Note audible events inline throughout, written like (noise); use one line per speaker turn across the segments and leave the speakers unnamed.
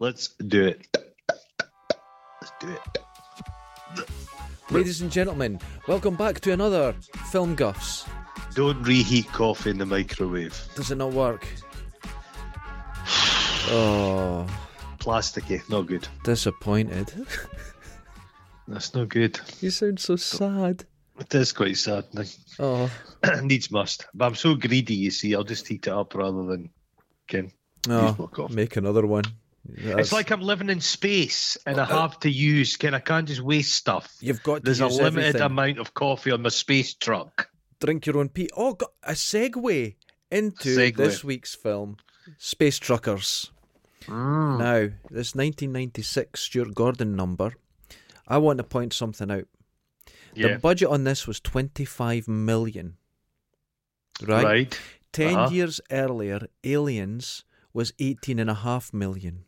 Let's do it. Let's do it.
Ladies and gentlemen, welcome back to another Film Guffs.
Don't reheat coffee in the microwave.
Does it not work? Oh,
Plasticky, not good.
disappointed. (laughs)
That's not good.
You sound so sad.
It is quite saddening.
Oh,
(clears throat) Needs must. But I'm so greedy, you see, I'll just heat it up rather than can use more
no.
coffee.
oh, Make another one.
It's like I'm living in space and I have to use can I can't just waste stuff.
you've got to
There's a
Uh, use
limited
everything.
amount of coffee on my space truck.
drink your own pee. Oh, got a segue into
Segue.
this week's film, Space Truckers. Now, this 1996 Stuart Gordon number, I want to point something out.
Yeah.
The budget on this was 25 million. Right?
right.
10
uh-huh.
years earlier, Aliens was 18 and a half million.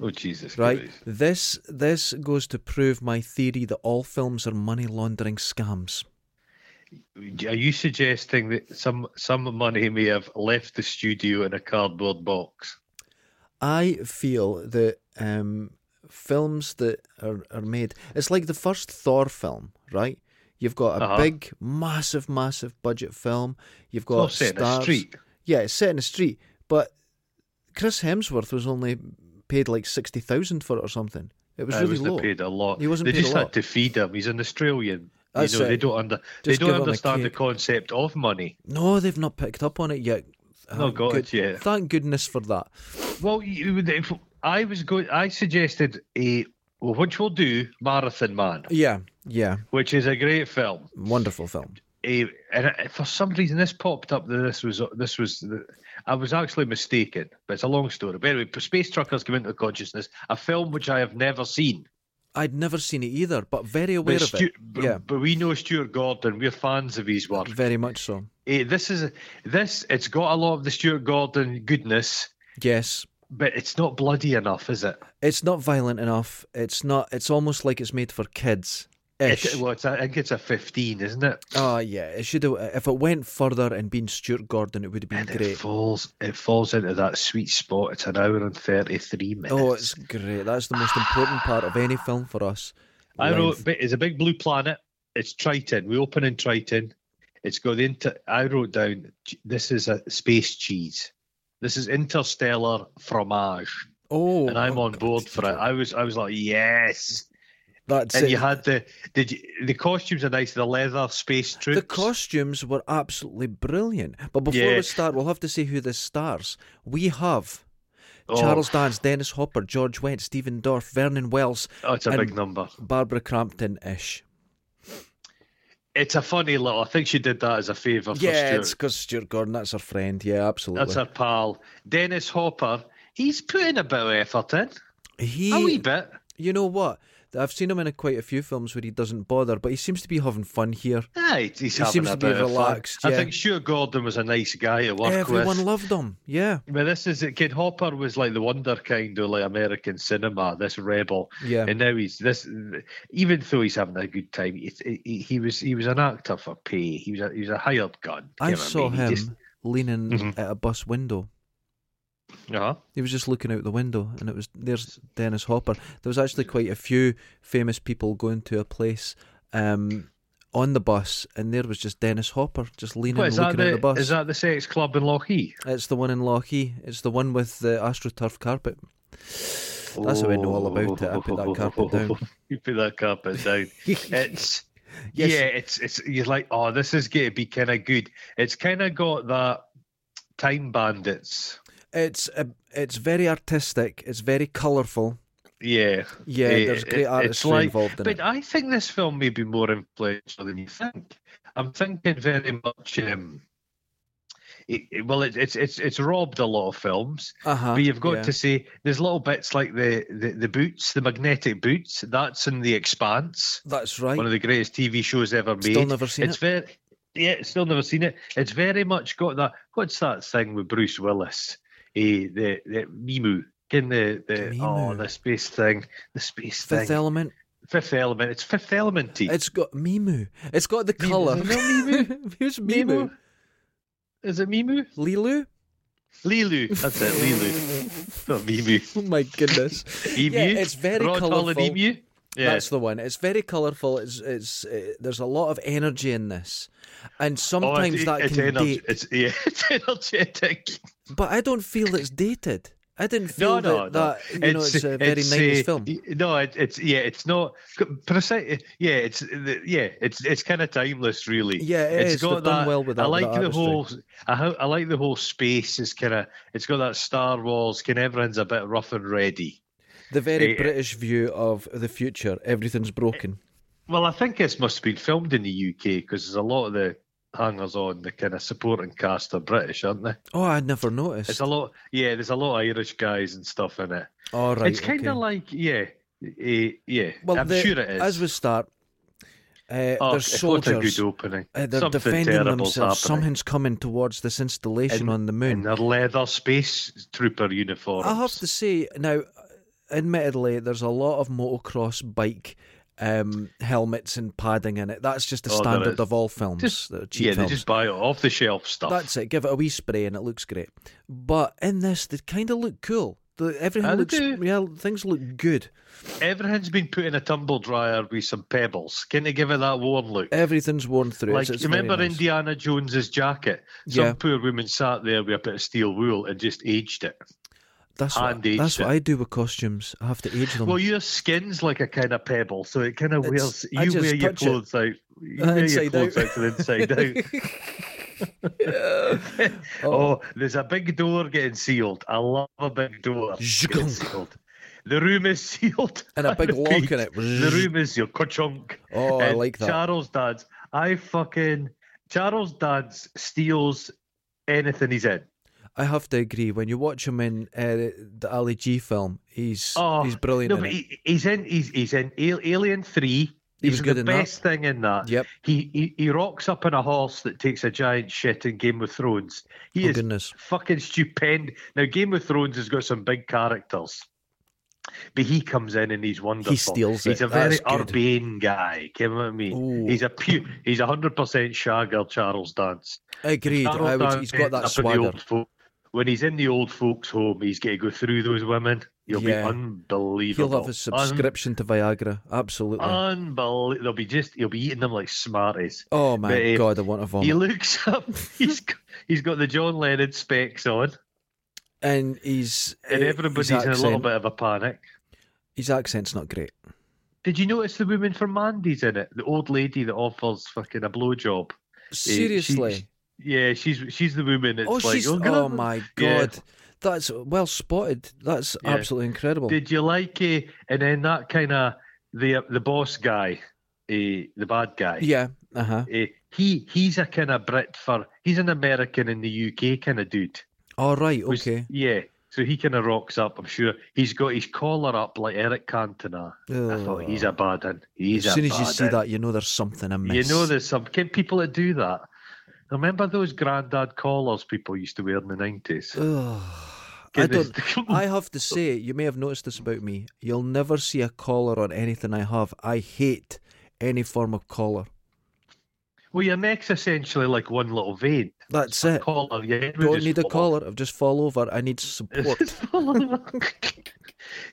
Oh Jesus
Right?
Christ.
This this goes to prove my theory that all films are money laundering scams.
Are you suggesting that some some money may have left the studio in a cardboard box?
I feel that um, films that are, are made, it's like the first Thor film, right? You've got a
Uh-huh.
big, massive, massive budget film. You've got
Well, set in a
stars-
street.
Yeah, it's set in a street, but Chris Hemsworth was only paid like sixty thousand for it or something. It was
Uh,
really
was
low.
they paid a lot.
He wasn't
they
paid a
just
lot.
had to feed him. He's an Australian.
That's
you know,
it.
they don't under they
Just give
don't
him a
understand the
cake.
concept of money.
No, they've not picked up on it yet.
Not got it yet.
Thank goodness for that.
Well, you, if I was going. I suggested a well, which we'll do, Marathon Man,
Yeah, yeah,
which is a great film.
wonderful film.
A, and I- for some reason, this popped up. That this was this was. The, I was actually mistaken, but it's a long story. But anyway, Space Truckers came into consciousness, a film which I have never seen.
I'd never seen it either, but very
But,
aware of
Stu-
it.
but,
yeah,
but we know Stuart Gordon. We're fans of his work.
very much so.
Eh, this is this. It's got a lot of the Stuart Gordon goodness,
Yes.
but it's not bloody enough, is it?
It's not violent enough. It's not. It's almost like it's made for kids.
It's,
Ish.
well, it's a, I think it's a fifteen, isn't it?
Oh yeah, it should have. If it went further and been Stuart Gordon, it would have been
And it
great.
falls it falls into that sweet spot. It's an hour and thirty three minutes.
Oh, it's great. That's the most important part of any film for us.
I wrote
Length.
bi- it's a big blue planet. It's Triton. We open in Triton. It's got the inter. I wrote down "Ch- this is a space cheese. This is interstellar fromage,
Oh,
and I'm
oh,
on
God.
board for it. I was I was like yes.
That's
And
it.
you had the did you, the costumes are nice. The leather space troops.
the costumes were absolutely brilliant. But before
Yeah.
we start, we'll have to say who the stars. We have
Oh.
Charles Dance, Dennis Hopper, George Wendt, Stephen Dorff, Vernon Wells,
Oh, it's a
and
big number.
Barbara Crampton ish.
It's a funny little. I think she did that as a favour. for
Yeah,
Stuart.
it's because Stuart Gordon. That's her friend. Yeah, absolutely.
That's our pal. Dennis Hopper. He's putting a bit of effort in.
He,
A wee bit.
you know what? I've seen him in a, quite a few films where he doesn't bother, but he seems to be having fun here.
Aye, he's
He
having
seems
a
to be
bit of fun.
relaxed,
I
yeah.
think Stuart Gordon was a nice guy to work
Everyone
with.
loved him. Yeah,
but this is it. Kid Hopper was like the wonder kind of like American cinema. This rebel,
Yeah.
And now he's this. Even though he's having a good time, he, he, he was he was an actor for pay. He was a, he was a hired gun.
I
you know what
saw
mean? He
him
just- Mm-hmm.
leaning at a bus window.
uh-huh.
He was just looking out the window, and it was there's Dennis Hopper. There was actually quite a few famous people going to a place um, on the bus, and there was just Dennis Hopper just leaning
What,
and
is
looking
that
at
the,
the bus.
is that the sex club in Lochee?
It's the one in Lochee. It's the one with the AstroTurf carpet. That's how I know all about it. I put that
(laughs)
carpet down.
Oh. you put that carpet
(laughs)
down. It's
Yes.
yeah, it's it's you're like, oh, this is gonna be kind of good. It's kind of got that time bandits.
It's a, it's very artistic. It's very colourful.
Yeah,
Yeah,
Eh,
there's
it-
great
it's
artistry
like-
involved in
but
it.
I think this film may be more influential than you think. I'm thinking very much. Um, it- it- well, it, it's it's it's robbed a lot of films,
Uh-huh,
but you've got
yeah.
to say there's little bits like the, the the boots, the magnetic boots. That's in the Expanse.
That's right.
one of the greatest TV shows ever made.
Still never seen
it's
it.
very yeah, still never seen it. It's very much got that. What's that thing with Bruce Willis? Eh, the the Mimu in the the oh
Mimu.
the space thing, the space
Fifth
thing,
Element.
Fifth Element. It's Fifth Element.
It's got Mimu. It's got the
Mimu.
(laughs) colour.
Is it not Mimu?
Who's Mimu?
Is it Mimu?
Lilu?
Lilu. That's it,
(laughs)
Lilu. Not Emu.
Oh my goodness.
Emu.
Yeah, it's very
Rod Holland
colourful.
Emu. (laughs) Yeah.
That's the one. It's very colourful. It's it's uh, there's a lot of energy in this, and
Oh, it-
sometimes that
it's
can
energ-
date.
It's yeah, (laughs) it's energetic.
But I don't feel it's dated. I didn't
No,
feel
no,
that,
no.
that you know it's, a very
it's,
nineties
uh,
film.
y- No, it, it's yeah, it's not precise. Yeah, it's the- yeah, it's it's kind of timeless, really.
Yeah, it
it's
is. They've done well with that-
I
with
like
that
the
artistry.
whole. I, ho- I like the whole space. Is kind of it's got that Star Wars. Can everyone's a bit rough and ready.
The very
eh,
British view of the future. Everything's broken.
Well, I think this must have been filmed in the UK because there's a lot of the hangers on, the kind of supporting cast are British, aren't they?
Oh, I'd never noticed.
It's a lot. Yeah, there's a lot of Irish guys and stuff in it.
All right.
it's kind
okay.
of like yeah, eh, yeah.
well,
I'm
the-
sure it is.
As we start, uh,
Oh,
there's
it's what a good
soldiers.
opening.
Uh, they're
Something
defending
terrible's
themselves.
happening.
Something's coming towards this
In-
installation on the
in
moon.
their leather space trooper uniforms.
I have to say now, admittedly, there's a lot of motocross bike um, helmets and padding in it. That's just the
Oh, there
standard
is.
of all films.
Just-
that are cheap
yeah, they
films.
just buy off the shelf stuff.
That's it. Give it a wee spray and it looks great. But in this, they kind of look cool. The, everything
Ah, they
looks
do.
yeah, things look good.
Everything's been put in a tumble dryer with some pebbles. Can you give it that worn look?
Everything's worn through.
Like
it's, it's
you
very
remember
nice.
Indiana Jones's jacket? Some
Yeah.
poor woman sat there with a bit of steel wool and just aged it.
That's
and
what,
aged
that's what
it.
I do with costumes. I have to age them.
Well, your skin's like a kind of pebble, so it kind of
It's-
wears.
I
You
just
wear your
touch it.
clothes out. You
Uh,
wear your
inside
clothes
out.
out to the inside out.
(laughs)
(laughs) Oh, there's a big door getting sealed. I love a big door getting
Zhugunk.
sealed. The room is (laughs) sealed.
And a
I
big lock in
repeat,
it.
The room is sealed. Ka-chunk.
Oh, I
And
like that.
Charles Dance. I fucking Charles Dance steals anything he's in.
I have to agree. When you watch him in uh, the Ali G film, he's
Oh,
he's brilliant.
No,
in
but
it.
he, he's in. He's, he's in Al- Alien Three.
He
He's
was good
the
in that.
best thing in that.
Yep.
He, he he rocks up on a horse that takes a giant shit in Game of Thrones. He
oh
is
goodness!
fucking stupend. Now, Game of Thrones has got some big characters, but he comes in and he's wonderful.
steals it.
He's a
That's
very
good.
urbane guy. Give what I mean.
Ooh.
He's a pu- He's a hundred percent shagger Charles Dance.
Agreed.
Charles
I would,
Dance
he's
ends
got that
up in the
swagger.
old folk- when he's in the old folks' home, he's got to go through those women. You'll
Yeah.
be
He'll
unbelievable.
have his
Un-
subscription to Viagra. Absolutely.
uh, unbelievable. They'll be just. He'll be eating them like Smarties.
oh my
but, uh,
god! I want to vomit.
He looks (laughs) up. He's g- he's got the John Lennon specs on,
and he's
and
uh,
everybody's
his
in a little
accent-
bit of a panic.
His accent's not great.
Did you notice the woman from Mandy's in it? The old lady that offers fucking a blowjob. Eh,
Seriously.
Yeah, she's she's the woman that's
oh,
like,
she's.
"Oh,
Oh,
can I-
my
Yeah.
god! That's well spotted. That's
Yeah.
absolutely incredible.
Did you like it? And then that kind of the the boss guy, eh, the bad guy.
yeah. Uh huh.
eh, he he's a kind of Brit for he's an American in the UK kind of dude.
All right.
Who's-
Okay.
Yeah. So he kind of rocks up. I'm sure he's got his collar up like Eric Cantona. I thought he's a bad un. He's
Oh. as soon
a
as you
bad
see
un.
that, you know there's something
You
amiss.
know, there's some kid people that do that. Remember those granddad collars people used to wear in the nineties?
Ugh. Uh, I don't.
(laughs)
I have to say, you may have noticed this about me. You'll never see a collar on anything I have. I hate any form of collar.
Well, your neck's essentially like one little vein.
That's it.
Collar, yeah.
Don't need a collar. I've just fall over. I
(laughs)
need support.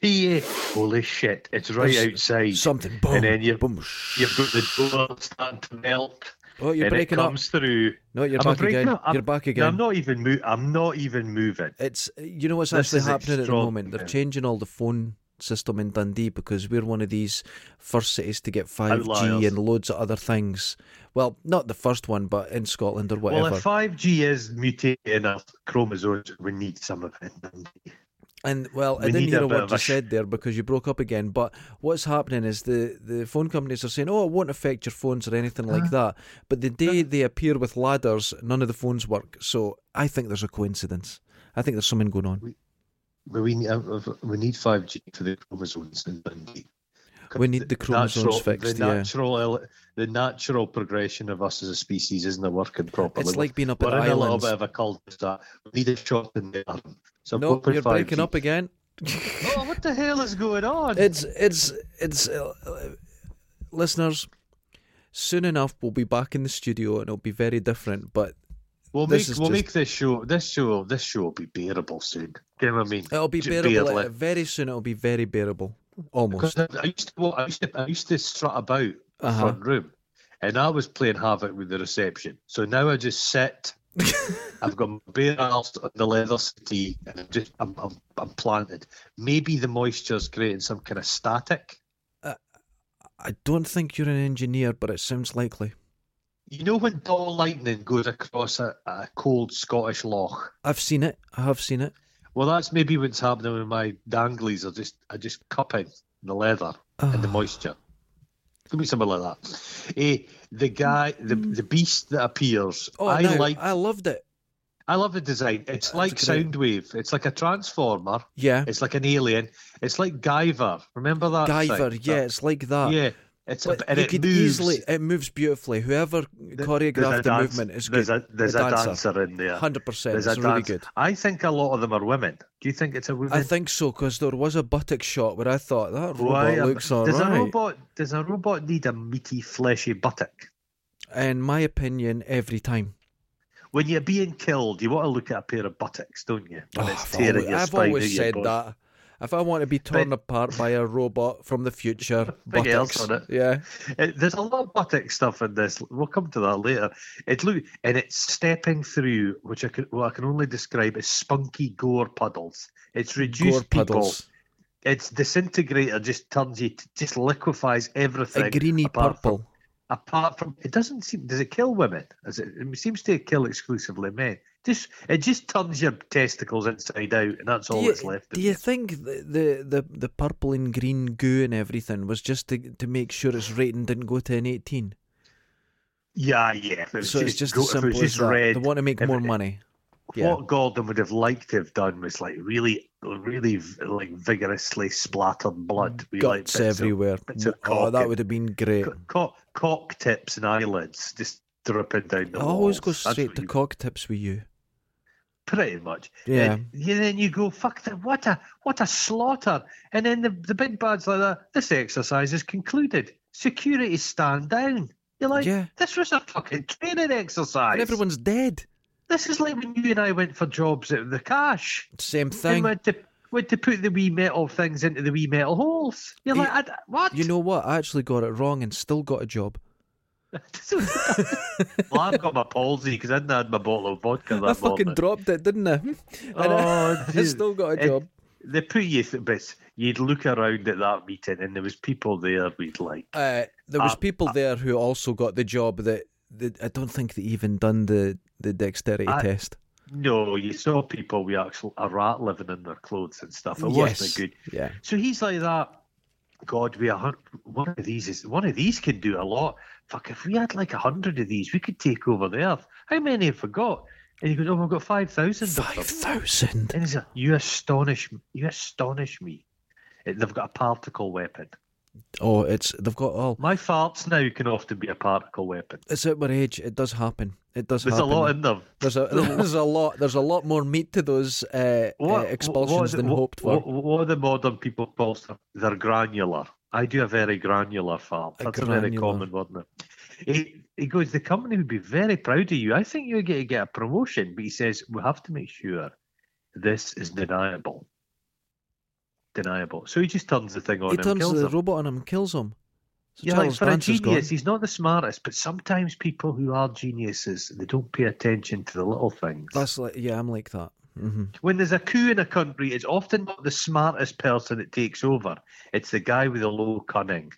yeah. Holy shit! It's right
There's
outside.
Something. Boom.
then you-
boom.
You've got the door starting to melt,
Oh, you're
and
breaking
it
up.
comes through.
No, you're
I'm
back
breaking
again.
up. I'm-
You're back
No, I'm
again.
not even. Mo- I'm not even moving.
It's you know what's
This
actually
is
happening at the moment. They're
extraordinary.
changing all the phone system in Dundee because we're one of these first cities to get 5G
Outliers.
and loads of other things. Well, not the first one, but in Scotland or whatever.
Well, if 5G is mutating our chromosomes, we need some of it.
And well, I
We
didn't
need
hear
a
a
bit
word
of
you
a sh-
said there because you broke up again. But what's happening is the, the phone companies are saying, "Oh, it won't affect your phones or anything like that." But the day they appear with ladders, none of the phones work. So I think there's a coincidence. I think there's something going on.
But we need, uh, we need 5G for the chromosomes in Dundee.
We need the chromosomes
natural,
fixed.
The
yeah,
natural, ele- the natural progression of us as a species isn't working properly.
it's like being up
we're
at
in a little
islands.
bit of a cul-de-sac. We need a shot in the arm. So I'm
No,
hoping
you're
5G.
breaking up again.
Oh, what the hell is going on?
It's it's it's uh, uh, listeners. Soon enough, we'll be back in the studio and it'll be very different. But
We'll
This
make
is
we'll
just-
make this show this show this show will be bearable soon. Do you know what I mean?
It'll be
Just
bearable.
barely.
uh, Very soon it'll be very bearable.
Because
Almost.
I, I used to well, I used to I used to strut about the
Uh-huh.
front room, and I was playing havoc with the reception. So now I just
(laughs)
sit. I've got my bare arse on the leather settee, and I'm just I'm, I'm, I'm planted. Maybe the moisture's creating some kind of static.
I don't think you're an engineer, but it sounds likely.
You know when dull lightning goes across a, a cold Scottish loch.
I've seen it. I have seen it.
Well, that's maybe what's happening with my danglies. I just I just cupping the leather and
(sighs)
the
Ah.
moisture. It could be something like that. Eh, the guy, the the beast that appears.
Oh,
I
no,
like.
I loved it.
I love the design. It's like
great.
Soundwave. It's like a transformer.
Yeah.
It's like an alien. It's like Guyver. Remember that? thing?
Guyver. Yeah, it's like that.
Yeah. It's
But
a, and
you
it
could
moves.
easily. It moves beautifully. Whoever
Th-
choreographed
there's a
the
dance-
movement is
There's
good.
a there's
The
a
dancer.
dancer in there.
Hundred percent.
There's
It's
a
really
dance.
good.
I think a lot of them are women. Do you think it's a woman?
I think so because there was a buttock shot where I thought that
Why
robot
am-
looks alright.
does a robot does a robot need a meaty, fleshy buttock?
In my opinion, every time.
When you're being killed, you want to look at a pair of buttocks, don't you? When
Oh,
it's
I've
tearing
always,
your
I've
spine out
always
your
said
body.
that. If I want to be torn apart by a robot from the future,
Big L's
buttocks.
on it.
Yeah.
It- there's a lot of buttock stuff in this. We'll come to that later. It look and it's stepping through, which I can, well, I can only describe as spunky gore puddles. It's reduced
Gore
people.
puddles.
Its disintegrator just turns you, to, just liquefies everything.
A greeny
apart from-
purple.
apart from it doesn't seem does it kill women Is it, it seems to kill exclusively men just it just turns your testicles inside out and that's all
do you,
that's left
do you think the, the, the, the purple and green goo and everything was just to, to make sure its rating didn't go to an 18?
yeah yeah if it was
So it's just
go-
as
if it was
simple as
just
that.
red,
They want to make
if
more
it-
money. yeah.
what Gordon would have liked to have done was like really really like vigorously splattered blood We like
Guts
bits of-
everywhere.
bits of
oh, that
cock
would have been great.
co- cock, cock tips and eyelids just dripping down the
I always go
walls. That's
straight
what
to
you-
cock tips with you.
pretty much.
Yeah.
And you- then you go, fuck that! What a what a slaughter! And then the the big bad's like that. This exercise is concluded. Security stand down. You're like,
Yeah.
this was a fucking training exercise.
And everyone's dead.
this is like when you and I went for jobs at the cash.
Same
And
thing.
we had to we had to put the wee metal things into the wee metal holes. You're
You-
like, I d what? (laughs)
You know what? I actually got it wrong and still got a job. (laughs)
well, I've got my palsy because I didn't had my bottle of vodka. That
I fucking
morning.
dropped it, didn't I? (laughs) And
Oh,
(laughs) I, I
dude.
still got a
It-
job.
They put you, th- but you'd look around at that meeting, and there was people there we'd like.
Uh, there was
Uh,
people there who also got the job that, that I don't think they even done the, the dexterity
I-
test.
No, you saw people with actual a rat living in their clothes and stuff. It
Yes.
wasn't good.
Yeah.
So he's like that. God, we a hun- one of these is one of these can do a lot. Fuck, if we had like a hundred of these, we could take over the earth. How many have we got? And he goes, "Oh, we've got five thousand.
Five thousand.
And he's like, "You astonish, you astonish me." They've got a particle weapon.
Oh, it's they've got all.
My farts now can often be a particle weapon.
It's at my age. It does happen. It does
There's a
happen.
lot in them. (laughs)
there's a there's a lot there's a lot more meat to those uh, uh,
What-
expulsions
what-
than
what-
hoped for.
What, what the modern people call them, they're granular. I do a very granular farm.
A
That's a, very
granular.
common word now. He, he goes, the company would be very proud of you. I think you're going to get a promotion. But he says, we have to make sure this is deniable. Deniable. So he just turns the thing on
he
and
turns
kills
the
them.
robot on him, and kills him. So
Yeah, like
Charles
for a
Dance is gone.
genius, he's not the smartest, but sometimes people who are geniuses, they don't pay attention to the little things.
That's like yeah, I'm like that. hmm
When there's a coup in a country, it's often not the smartest person that takes over. It's the guy with the low cunning.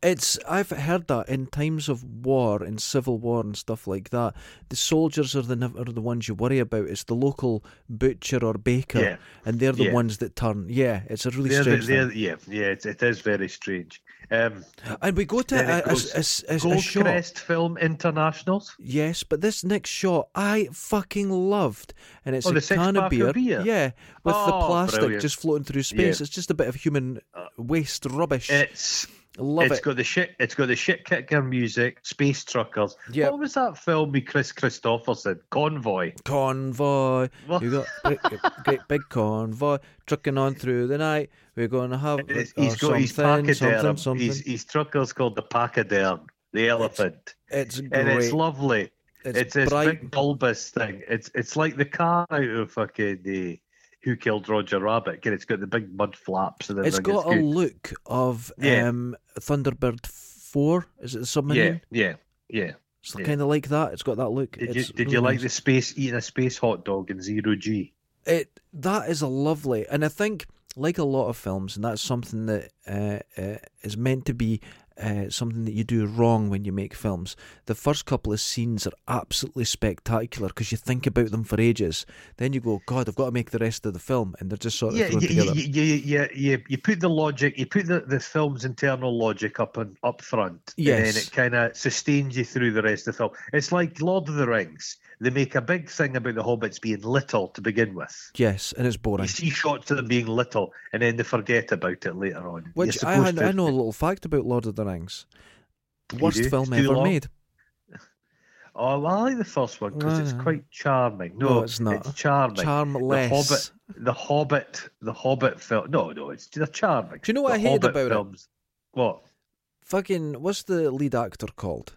It's I've heard that in times of war and civil war and stuff like that, the soldiers are the nev- are the ones you worry about. It's the local butcher or baker,
Yeah.
and they're the
Yeah.
ones that turn. Yeah, it's a really
They're the-
strange
they're-
thing.
yeah, yeah, it, it is very strange. Um,
And we go to
then
a,
it
a-
goes-
a s- a s- a shot.
Goldcrest Film Internationals.
Yes, but this next shot I fucking loved, and it's
Oh,
a
the six
can of
pack of
beer,
beer?
yeah, with the
Oh,
plastic
brilliant.
just floating through space. It's just a bit of human waste rubbish.
It's
Love
it's
it.
got the shit. It's got the shit kicker music. Space truckers.
Yep.
What was that film with Chris Christopherson? Convoy.
convoy.
Well-
You got
(laughs)
great, great big convoy trucking on through the night. We're gonna have
And it's-
or
he's got
something,
his pachyderm.
something, something.
His, his trucker's called the pachyderm, the elephant,
It's great.
and it's lovely.
It's,
It's this
bright.
big bulbous thing. It's it's like the car out of fucking the Who Killed Roger Rabbit. And it's got the big mud flaps and
It's
everything.
got a
good.
look of
Yeah.
um, Thunderbird Four. Is it the submarine?
Yeah, yeah, yeah.
It's
yeah.
kind of like that. It's got that look.
Did
It's
you did
really
you like
nice.
the space eating a space hot dog in zero G?
it that is a lovely and i think like a lot of films and that's something that uh, uh, is meant to be uh, something that you do wrong when you make films the first couple of scenes are absolutely spectacular because you think about them for ages then you go god i've got to make the rest of the film and they're just sort of
Yeah,
thrown
yeah, yeah,
together
yeah, yeah, yeah. You put the logic, you put the, the film's internal logic up and up front, and
Yes.
then it kind of sustains you through the rest of the film. It's like Lord of the Rings. They make a big thing about the hobbits being little to begin with.
yes and it's boring
You see shots of them being little, and then they forget about it later on. You're
which I,
supposed
had-
to-
I know a little fact about lord of the rings
You
worst
do?
film
It's too
ever
long?
made
Oh, well, I like the first one because
No,
it's
no.
quite charming. No,
No, it's not.
charming.
charmless
The Hobbit, the Hobbit, the Hobbit film. No, no, it's they're charming.
Do you know what
the
I hated about it?
it? What?
fucking what's the lead actor called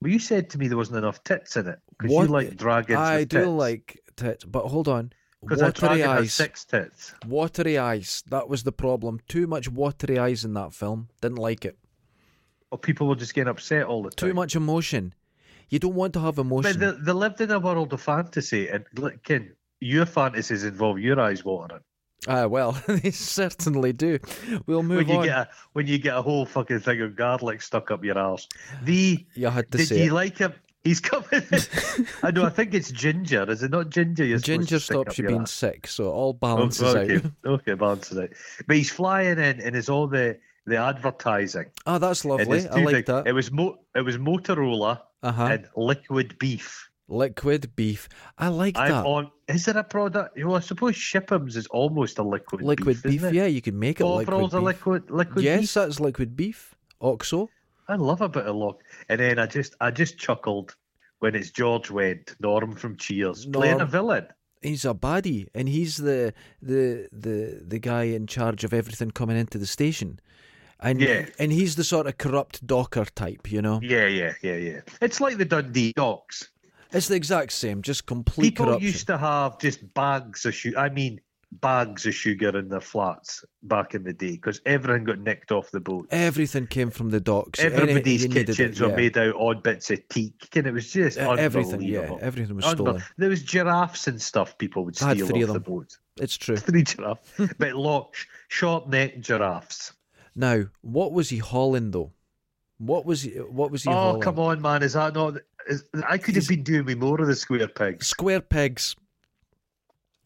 Well, you said to me there wasn't enough tits in it because you
What-
like dragons.
I
with
do
tits.
like tits, but hold on.
because a
Watery
dragon has
eyes.
six tits.
Watery eyes. That was the problem. Too much watery eyes in that film. Didn't like it.
Or people were just getting upset all the time.
Too much emotion. You don't want to have
But
emotion.
they, they lived in a world of fantasy, and look, Ken, your fantasies involve your eyes watering.
Ah, well, (laughs) they certainly do. We'll move
when you
on.
get a when you get a whole fucking thing of garlic stuck up your
(sighs)
arse. The
You had to
did
say
you
it.
like him? He's
(laughs)
coming. I know. I think it's ginger. Is it not ginger? You're supposed
Ginger
to stick
stops
up
you
your
being (laughs)
arse?
sick, so it all
Oh,
balances
okay,
out.
okay, balances out. But he's flying in, and it's all the the advertising.
Ah, that's
And
lovely.
it's
I
two
like
things. It
that.
was mo- it was Motorola
Uh huh.
and liquid beef.
Liquid beef. I like
I'm
that.
on. Is there a product? Well, I suppose Shippums is almost a liquid.
Liquid beef.
beef. isn't it?
Yeah, you can make it liquid
Bovrils
beef.
are liquid. Liquid
yes,
beef.
that's liquid beef. Oxo.
I love a bit of luck. And then I just I just chuckled when it's George Wendt, Norm from Cheers, playing a
Norm.
villain.
he's a baddie, and he's the the the the guy in charge of everything coming into the station, and
Yeah.
and he's the sort of corrupt docker type, you know.
Yeah, yeah, yeah, yeah. It's like the Dundee Docks.
It's the exact same, just complete
People
corruption.
used to have just bags of sugar. I mean, bags of sugar in their flats back in the day because everything got nicked off the boat.
Everything came from the docks. Any-
Everybody's
you needed it,
kitchens were
yeah.
made out odd bits of teak, and it was just
Uh, everything, yeah,
unbelievable.
everything was
Unbe-
stolen.
There was giraffes and stuff people would
I had
steal off
three of
the
them.
boat. (laughs)
It's true.
Three giraffes,
(laughs)
but lock, short neck giraffes.
Now, what was he hauling though? What was he? What was he
Oh
hauling?
come on, man! Is that not? Is, I could
He's-
have been doing with more of the square pigs.
Square pegs,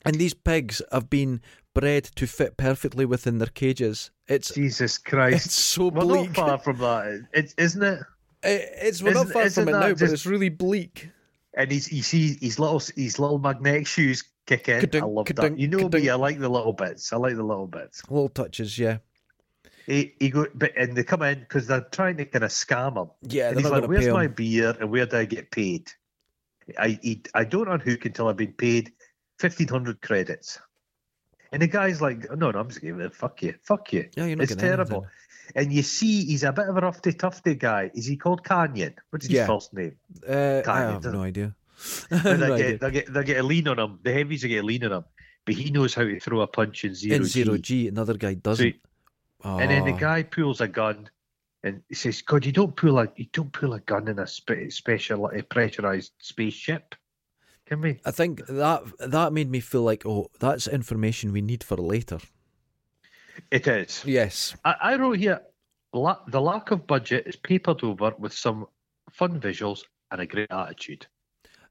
and these pigs have been bred to fit perfectly within their cages. It's
Jesus Christ!
it's so
We're not
bleak.
far from that, it, isn't it?
It, it's we're not
Isn't-
far
isn't
from it
that
now, but
just-
it's really bleak.
And he's he sees his little his little magnetic shoes kick in. I
Ka-dunk,
love that.
ka-dunk,
You know
ka-dunk.
me. I like the little bits. I like the little bits.
Little touches, yeah,
He, he go, but and they come in because they're trying to kind of scam him.
yeah.
and
They're
he's
not
like,
going to
"Where's
pay
my
'em.
beer? And where do I get paid? I he, I don't unhook until I've been paid fifteen hundred credits." And the guy's like, "No, no, I'm just giving it. Fuck you, fuck you.
Yeah, you're not
it's
getting anything.
terrible." And you see, he's a bit of a roughy tufty guy. Is he called Canyon? What's his
Yeah.
first
(laughs)
name?
Uh, I
Can't
have
you do- (laughs)
no idea.
And
(laughs) No
they
idea.
get, they get they get a lean on him. The heavies are getting lean on him, but he knows how to throw a punch in zero.
In zero
G.
G, another guy
So
doesn't.
he- And then the
Ah,
guy pulls a gun, and he says, "God, you don't pull a you don't pull a gun in a spe- special a pressurized spaceship, can we?"
I think that that made me feel like, oh, that's information we need for later.
It is.
Yes,
I, I wrote here, la- the lack of budget is papered over with some fun visuals and a great attitude.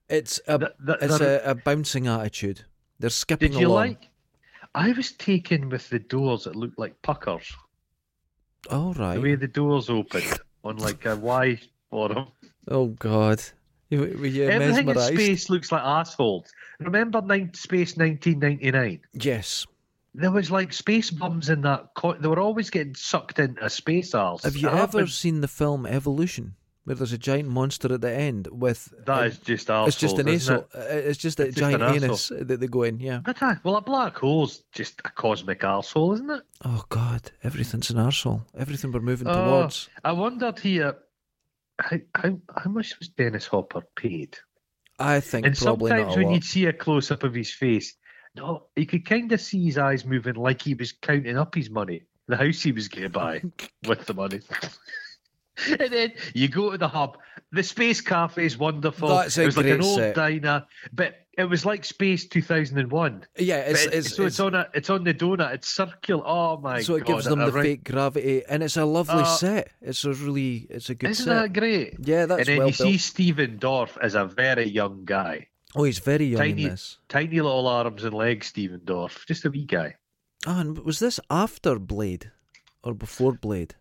it's a
Th- th-
it's
there-
a, a bouncing attitude. They're skipping
Did you
along.
like? I was taken with the doors that looked like puckers.
All
The
right.
way the doors opened on like a Y bottom.
Oh God. You, were you
Everything in
mesmerised?
space looks like assholes. Remember nine, Space 1999?
Yes.
There was like space bums in that. Co- they were always getting sucked into a space arse.
Have you
It
ever
happened-
seen the film Evolution, where there's a giant monster at the end with uh,
That is just arseholes,
it's just an
isn't it?
asshole. uh, It's just a
It's just
giant
an
anus that they go in. Yeah.
But aye, well, a black hole's just a cosmic arsehole, isn't it?
Oh God, everything's an arsehole. Everything we're moving
Oh.
towards.
I wondered here, how, how, how much was Dennis Hopper paid?
I think
And
probably
sometimes
not a
when
lot.
you'd see a close up of his face, no, you could kind of see his eyes moving like he was counting up his money, the house he was going to buy with the money. (laughs) and then you go to the hub. The space cafe is wonderful.
That's a
it was like
great
an old
set.
diner, but it was like Space 2001.
(laughs) Yeah,
But
it's,
it-
it's,
so it's,
it's-
on a, it's on the donut. It's circular. Oh my
so
god!
it gives them
a
the
right-
fake gravity, and it's a lovely
Uh,
set. It's a really, it's a good
Isn't
set.
that great?
Yeah, that's
and then
well
you
built.
see Stephen Dorff as a very young guy,
oh, he's very young
tiny-
in this.
tiny little arms and legs. Stephen Dorff, just a wee guy.
Oh, and was this after Blade or before Blade?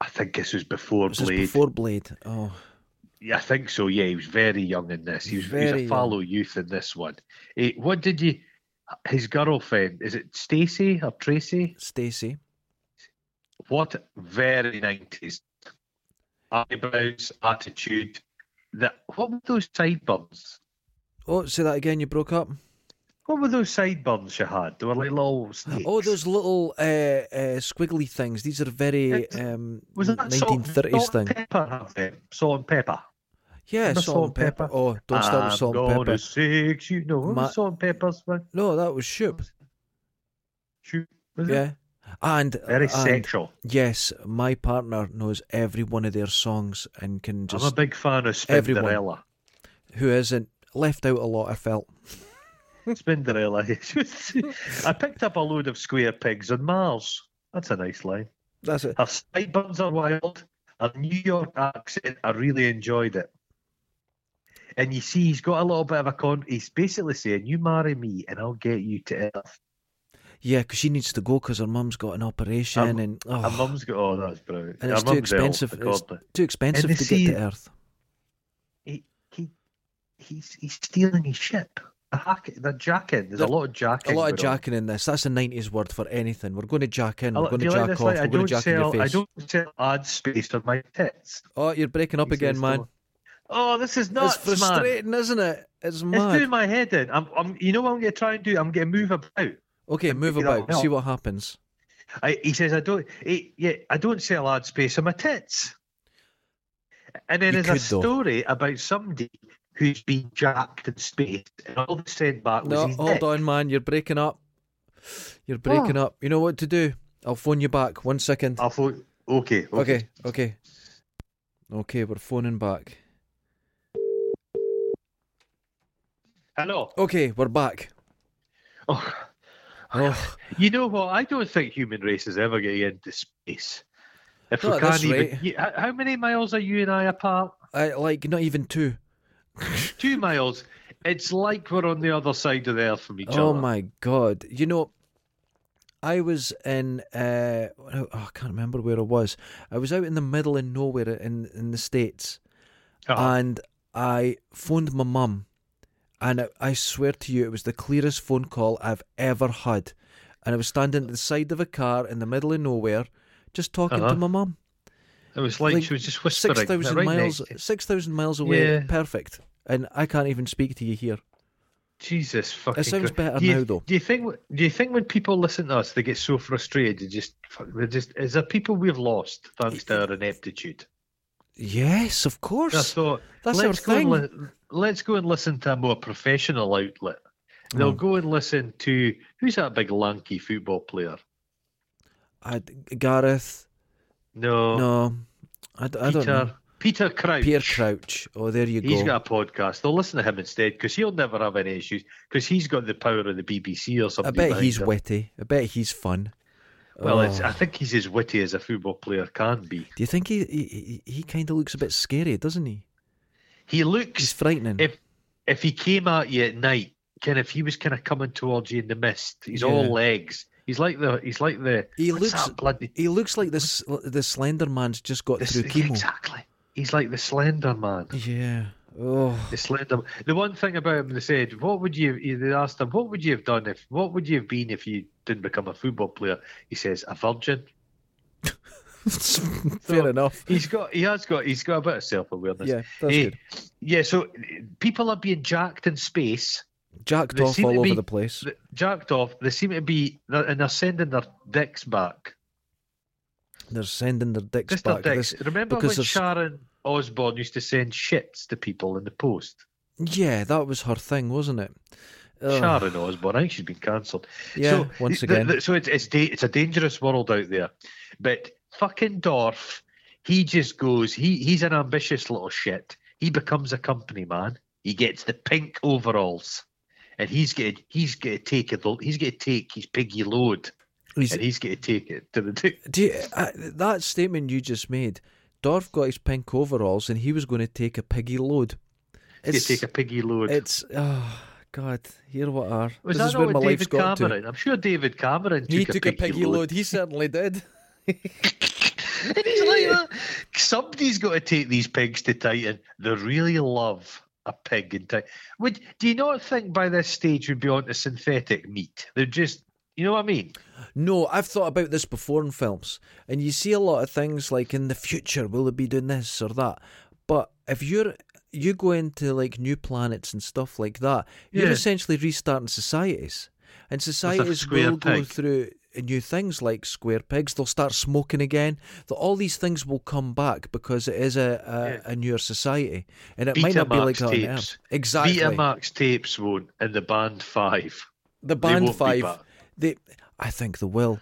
I think this was before
Was
Blade.
this before Blade? Oh,
Yeah, I think so. Yeah, he was very young in this. He was, he was
Very
a
young.
fallow youth in this one. Eh, what did you? His girlfriend is it Stacy or Tracy?
Stacy.
What very nineties eyebrows, attitude. That what were those sideburns?
Oh, say that again. You broke up.
What were those sideburns she had? They were like little snakes.
Oh, those little uh, uh, squiggly things. These are very
It's-
um,
was that
nineteen thirties
salt,
thing.
Salt and pepper have them. Salt and pepper.
Yeah,
Remember
salt, and pepper. Oh, don't start with
I'm
salt and
gonna
pepper.
Six, you know,
Ma-
salt and peppers. man.
No, that was Shoop.
Shoot, was it?
Yeah, and
Very
and,
sexual.
Yes, my partner knows every one of their songs and can just
I'm a big fan of
everyone.
Spinderella.
who isn't left out a lot. I felt.
Spinderella. (laughs) I picked up a load of square pigs on Mars. That's a nice line.
That's it.
Her sideburns are wild. Her New York accent. I really enjoyed it. And you see, he's got a little bit of a con. He's basically saying, "You marry me, and I'll get you to Earth."
Yeah, because she needs to go because her mum's got an operation
Um,
and
Her
oh,
mum's got, "Oh, that's brilliant."
and
Her
it's too
mum's
expensive.
Ill,
It's
accordingly.
too expensive
they
to
see-
get to Earth.
he, he, he's he's stealing his ship. The hack, the jacking. There's
There-
a lot of
A
jacking.
lot of
going on.
jacking in this. That's a nineties word for anything. We're going to jack in.
I
We're
like-
going
do
to
you like
jack
this
off.
line?
We're
I
going to
don't
jack in your
sell.
face.
I don't sell ad space on my tits.
Oh, you're breaking up
He
again,
says
man.
to her. Oh, this is nuts,
it's frustrating, isn't it? It's
man. It's
mad.
doing my head in. I'm, I'm, you know what I'm going to try and do? I'm going to move about.
okay, move
picking up
about.
my
See what happens.
I, he says, I don't, he, yeah, I don't sell ad space on my tits. And then
You
there's
could,
a
though.
story about somebody who's been jacked in space, and all they sent back was
No,
his
hold
dick.
on, man. You're breaking up. You're breaking up. You know what to do. I'll phone you back. One second.
I thought, okay, okay.
Okay, okay. Okay, we're phoning back.
Hello. (laughs)
Okay, we're back.
Oh,
Oh,
you know what? I don't think human race is ever getting into space. If
Not
we
at this
can't even,
rate.
you, how how many miles are you and I apart?
I like not even two.
Two miles. It's like we're on the other side of the earth from each other.
Oh my god! You know, I was in uh, oh, I can't remember where I was. I was out in the middle of nowhere in in the states,
Uh-huh.
and I phoned my mum, and I, I swear to you, it was the clearest phone call I've ever had. And I was standing at the side of a car in the middle of nowhere, just talking to
Uh-huh.
my mum.
it was like,
like
she was just whispering.
Six thousand
right
miles,
next to-
six thousand miles away,
Yeah.
perfect. And I can't even speak to you here.
Jesus fucking.
It sounds
Christ.
better
do you,
now, though.
Do you think? Do you think when people listen to us, they get so frustrated? They just, they just is there people we've lost thanks to our ineptitude?
Yes, of course.
I thought
That's our
let's go
thing.
And li- let's go and listen to a more professional outlet. They'll
Mm.
go and listen to who's that big lanky football player?
I, Gareth,
No,
no, I, d- I don't know.
Peter Peter Crouch.
Pierre Crouch. Oh, there you
He's
go.
got a podcast. They'll listen to him instead because he'll never have any issues because he's got the power of the BBC or
I
something.
bet he's witty. I bet he's fun.
Well, it's,
Oh.
I think he's as witty as a football player can be.
Do you think he he, he kind of looks a bit scary, doesn't he?
He looks
He's frightening.
if if he came at you at night, kind of, if he was kind of coming towards you in the mist, he's
Yeah.
all legs. He's like the he's like the
He
what's
looks-
that bloody
he looks like this the Slender Man's just got
This-
through chemo.
Exactly. He's like the Slender Man.
Yeah. Oh, (laughs)
The Slender. The one thing about him, they said, "What would you?" They asked him, "What would you have done if? What would you have been if you didn't become a football player?" He says, "A virgin."
fair enough.
He's got. He has got. He's got a bit of self awareness.
Yeah, that's
Eh,
good.
Yeah. So eh, people are being jacked in space,
Jacked
they
off
seem to
all over
be-
the place.
th- jacked off. They seem to be, they're- and they're sending their dicks back.
They're sending their dicks
Just
back.
their
This-
dicks. Remember
because
when
there's-
Sharon Osborne used to send shits to people in the post?
Yeah, that was her thing, wasn't it? Oh, Ugh,
Sharon Osbourne, I think she's been cancelled.
yeah,
so,
once
th-
again.
th- so it's it's, da- it's a dangerous world out there, but fucking Dorf, he just goes. He he's an ambitious little shit. He becomes a company man. He gets the pink overalls, and he's going to he's going to take it. He's going to take his piggy load,
He's-
and he's going to take it (laughs) to the. dick.
do you, I, that statement you just made, Dorf got his pink overalls and he was going to take a piggy load.
He's
It's,
going to take a piggy load.
it's oh God, here what are.
Was
this
that
is
not
where
what
my life's
David
got to.
Cameron? I'm sure David Cameron took,
He
a,
took
piggy load.
He certainly did.
And it's like that. (laughs) Somebody's got to take these pigs to Titan. They really love a pig in Titan. Would do you not think by this stage we'd be onto synthetic meat? They're just, you know what I mean?
No, I've thought about this before in films, and you see a lot of things like in the future, will it be doing this or that? But if you're you go into like new planets and stuff like that, you're
Yeah.
essentially restarting societies, and societies
square
will go
peg.
through new things like square pigs. They'll start smoking again. The, all these things will come back because it is a a, a newer society, and it might not be like
Betamax
that on
tapes.
Earth. Exactly,
Betamax tapes won't, and the band five.
the
they
band
won't be
five.
back.
They, I think they will.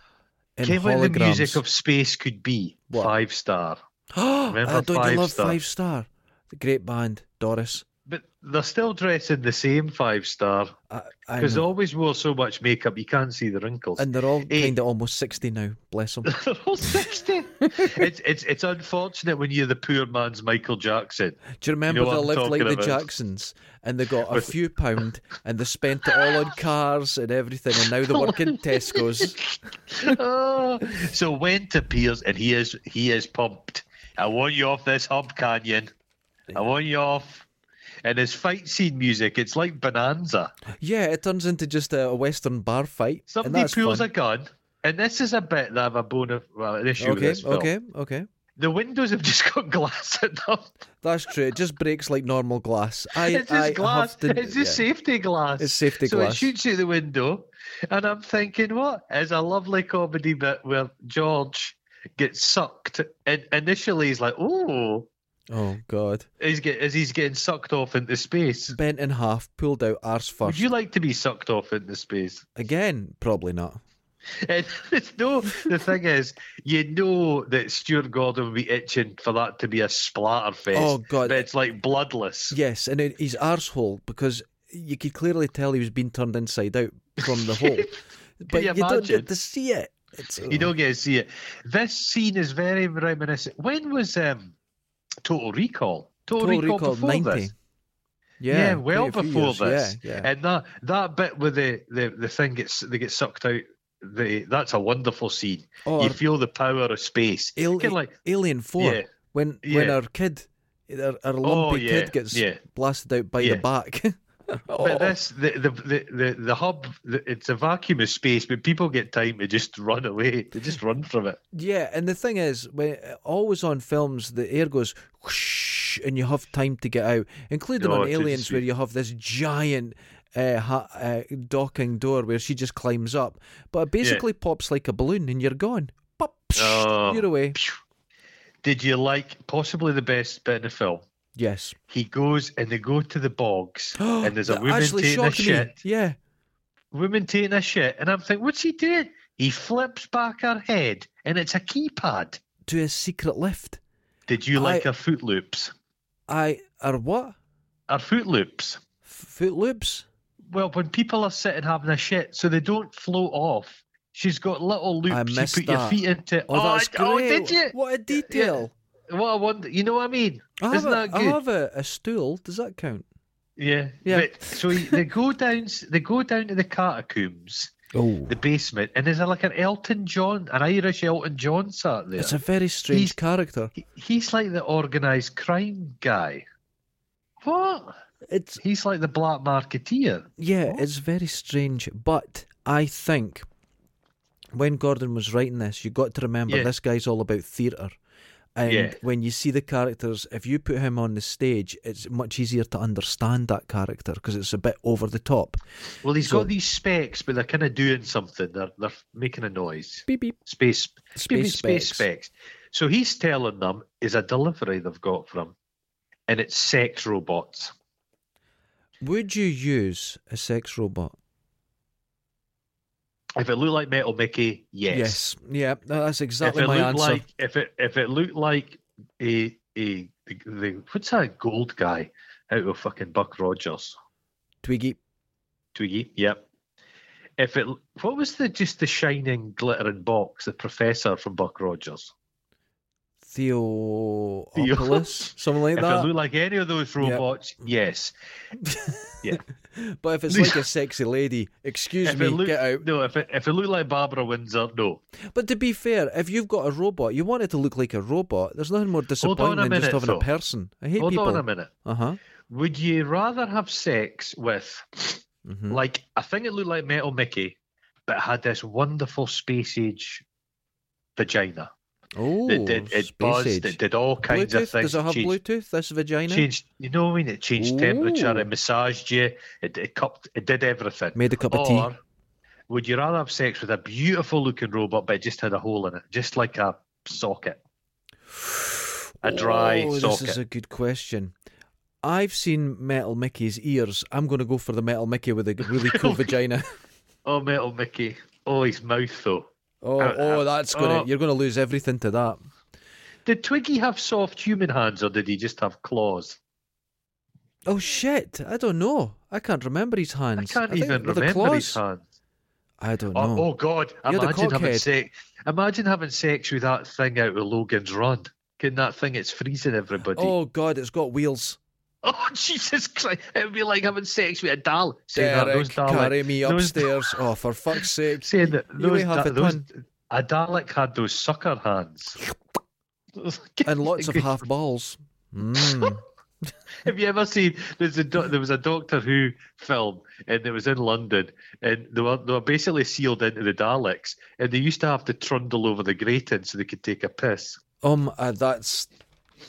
In
Can you what the music
holograms.
of space could be?
What?
Five star. Remember
uh, don't
Five
you love
Star?
Five Star? The great band, Doris.
But they're still dressing the same five star
I, I
because they
know.
always wore so much makeup you can't see the wrinkles.
and they're all
Eh.
kind of almost 60 now,
(laughs)
bless them. (laughs)
They're all 60. (laughs) it's, it's, it's unfortunate when you're the poor man's Michael Jackson. (laughs)
Do you remember
what
they
I'm
lived like
talking
the
about.
Jacksons and they got a few pound and they spent it all on cars and everything and now they
(laughs)
work in Tesco's?
Ah. so Went appears and he is he is pumped. I want you off this hub canyon. I want you off. And his fight scene music, it's like Bonanza.
Yeah, it turns into just a, a Western bar fight. and
Somebody
that's
pulls
fun.
a gun, and this is a bit that I have a bone of well, an issue with
Okay,
this film.
okay, okay.
The windows have just got (laughs) glass in them.
That's true. It just breaks like
(laughs)
normal glass. I,
It's
I
just
have
glass.
to-
(laughs) it's just
yeah.
safety glass.
It's safety
so
glass.
it shoots out the window, and I'm thinking, what is a lovely comedy bit where George gets sucked, and initially he's like, oh,
Oh, God.
he's get, as he's getting sucked off into space.
Bent in half, pulled out, arse
Would
first.
you like to be sucked off into space?
Again, probably not.
And (laughs) it's no, the thing is, you know that Stuart Gordon will be itching for that to be a splatter fest.
Oh, God.
But it's like bloodless.
Yes, and it, his arsehole, because you could clearly tell he was being turned inside out from
(laughs)
the hole. but
you
you, don't
imagine?
get to see it. It's,
You don't get to see it. This scene is very reminiscent. When was um, Total Recall? Total,
Total
Recall,
Recall
before
90.
this.
Yeah,
well
quite a few
before
years,
this.
Yeah, yeah.
And that that bit where the, the, the thing gets they get sucked out. The, that's a wonderful scene.
Or
you feel the power of space.
Ali-
Kinda like
Alien 4,
yeah.
when when
yeah.
our kid, our, our lumpy
Oh, yeah,
kid gets
yeah.
blasted out by
Yeah.
the back. (laughs) Oh,
But this the the the, the, the hub the, it's a vacuum of space, but people get time to just run away. They just run from it.
yeah, and the thing is, when always on films, the air goes whoosh, and you have time to get out, including
No,
on
it's just
Aliens, where
sweet.
you have this giant uh, ha- uh, docking door where she just climbs up, but it basically pops like a balloon, and you're gone. Pop, psh,
Oh.
You're away.
Did you like possibly the best bit in the film?
Yes. (gasps)
He goes and they go to the bogs, and there's a
That
woman
actually
taking a
shocked me.
shit.
Yeah.
woman taking a shit, and I'm thinking, what's he doing? He flips back her head, and it's a keypad.
To a secret lift.
Did you
I-
like her foot loops?
I are what?
Her foot loops.
Foot loops.
Well, when people are sitting having a shit, so they don't float off. She's got little loops.
I missed
you put
that.
your feet into.
Oh, that's
I-
great.
oh, did you?
What a detail.
What a wonder! You know what I mean?
I have,
Isn't
a,
that
I
good?
have a, a stool. Does that count?
Yeah.
Yeah.
But, so he- they go down. They go down to the catacombs,
Oh.
the basement, and there's a, like an Elton John, an Irish Elton John, sat there.
It's a very strange
He's-
character.
He- He's like the organised crime guy. What?
It's
He's like the black marketeer.
yeah, it's very strange. But I think when Gordon was writing this, you got to remember
Yeah.
this guy's all about theatre. And
Yeah.
when you see the characters, if you put him on the stage, it's much easier to understand that character because it's a bit over the top.
Well, he's
So-
got these specs, but they're kind of doing something. They're they're making a noise.
Beep beep.
Space
Space
space space
specs.
specs. So he's telling them is a delivery they've got from, and it's sex robots.
Would you use a sex robot?
If it looked like Metal Mickey, yes.
Yeah, no, that's
If
exactly
it
my
looked
answer.
like if it if it looked like a a the, the what's that gold guy out of fucking Buck Rogers?
Twiggy.
Twiggy. Yep. If it what was the just the shining glittering box, the professor from Buck Rogers?
Theoopolis, something like
if it
that.
looked like any of those robots, yes.
But if it's like a sexy lady, excuse
(laughs) If
me,
it looked
get out.
no, if it if it looked like Barbara Windsor, no.
But to be fair, if you've got a robot, you want it to look like a robot. There's nothing more
on
disappointing
a
than just
minute,
having a
though.
person. I hate
Hold on a
people.
minute.
Uh huh.
Would you rather have sex with
hmm
like I think it looked like Metal Mickey, but had this wonderful space age vagina.
Oh,
It did it
space
buzzed,
age.
it did all kinds
Bluetooth?
of things.
Does it have
changed,
Bluetooth? This vagina
changed you know what I mean? It changed temperature,
Ooh.
it massaged you, it it cupped it did everything.
made a cup of
or
tea.
would you rather have sex with a beautiful looking robot but it just had a hole in it, just like a socket? A dry
oh,
socket.
This is a good question. I've seen Metal Mickey's ears. I'm going to go for the Metal
(laughs)
Mickey with a g- really cool vagina.
Oh Metal Mickey. Oh his mouth though.
Oh,
Uh,
oh, that's gonna
oh.
you're gonna lose everything to that.
Did Twiggy have soft human hands or did he just have claws?
Oh shit! I don't know. I can't remember his
I
hands.
can't
think
even
were they
remember his
claws?
hands.
I don't
Oh,
know.
oh God!
You're the
Imagine having
cockhead.
sex. Imagine having sex with that thing out of Logan's Run. Getting that thing, it's freezing everybody. Oh, (laughs)
god, it's got wheels.
Jesus Christ! It would be like having sex with a doll. Saying that
Derek,
those Dalek,
carry me
those-
upstairs. oh, for
(laughs)
fuck's sake!
saying that
You only
those,
have
da-
it
those
done.
a Dalek had those sucker hands.
(laughs)
(laughs)
And lots of half balls.
(laughs)
Mm.
Have you ever seen? There's a doc- there was a Doctor Who film, and it was in London, and they were they were basically sealed into the Daleks, and they used to have to trundle over the grating so they could take a piss. (laughs)
um, uh, that's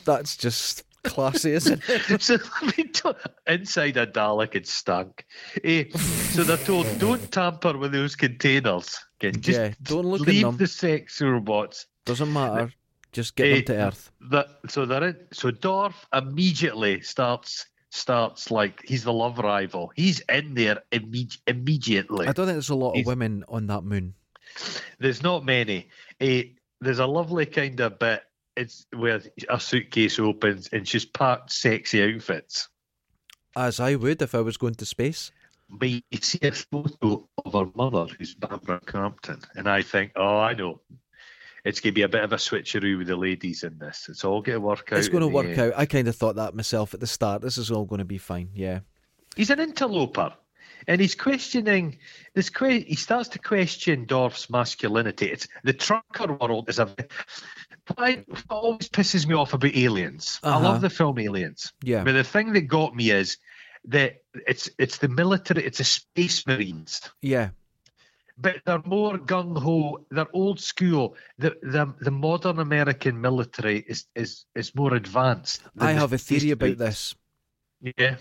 that's just classy, isn't
(laughs)
it?
so they to- inside a Dalek it stunk. Eh, so they're told don't tamper with those containers. Okay, just
Yeah, don't look in
leave
them.
the sex robots.
Doesn't matter. Just get
Eh,
them to Earth.
That so they're in, so Dorf immediately starts starts like he's the love rival. He's in there imme- immediately.
I don't think there's a lot of
he's-
women on that moon.
There's not many. Eh, there's a lovely kind of bit. It's where a suitcase opens and she's packed sexy outfits.
As I would if I was going to space.
But you see a photo of her mother, who's Barbara Crampton, and I think, oh, I know. It's going to be a bit of a switcheroo with the ladies in this. It's all going to work out.
It's going to
in the
work
end.
out. I kind of thought that myself at the start. This is all going to be fine. Yeah.
He's an interloper, and he's questioning this. Que- he starts to question Dorf's masculinity. It's the trucker world is a. Why what always pisses me off about Aliens. I
Uh-huh.
love the film Aliens.
Yeah.
But the thing that got me is that it's it's the military. It's the space marines.
Yeah.
but they're more gung ho. They're old school. The, the the modern American military is is is more advanced. than
I
the
have a
space
theory about
marines.
this.
Yeah,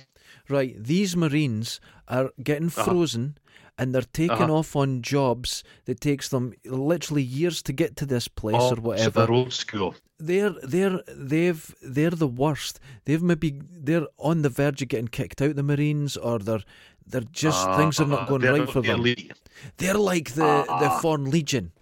Right, these Marines are getting
Uh-huh.
frozen and they're taken
Uh-huh.
off on jobs that takes them literally years to get to this place
Oh,
or
so
whatever.
they're old school.
they're they're they've they're the worst. They've maybe they're on the verge of getting kicked out the Marines or they're they're just things are
Ah,
not going
they're
right
not
for
the
them.
elite.
They're like the, the Foreign Legion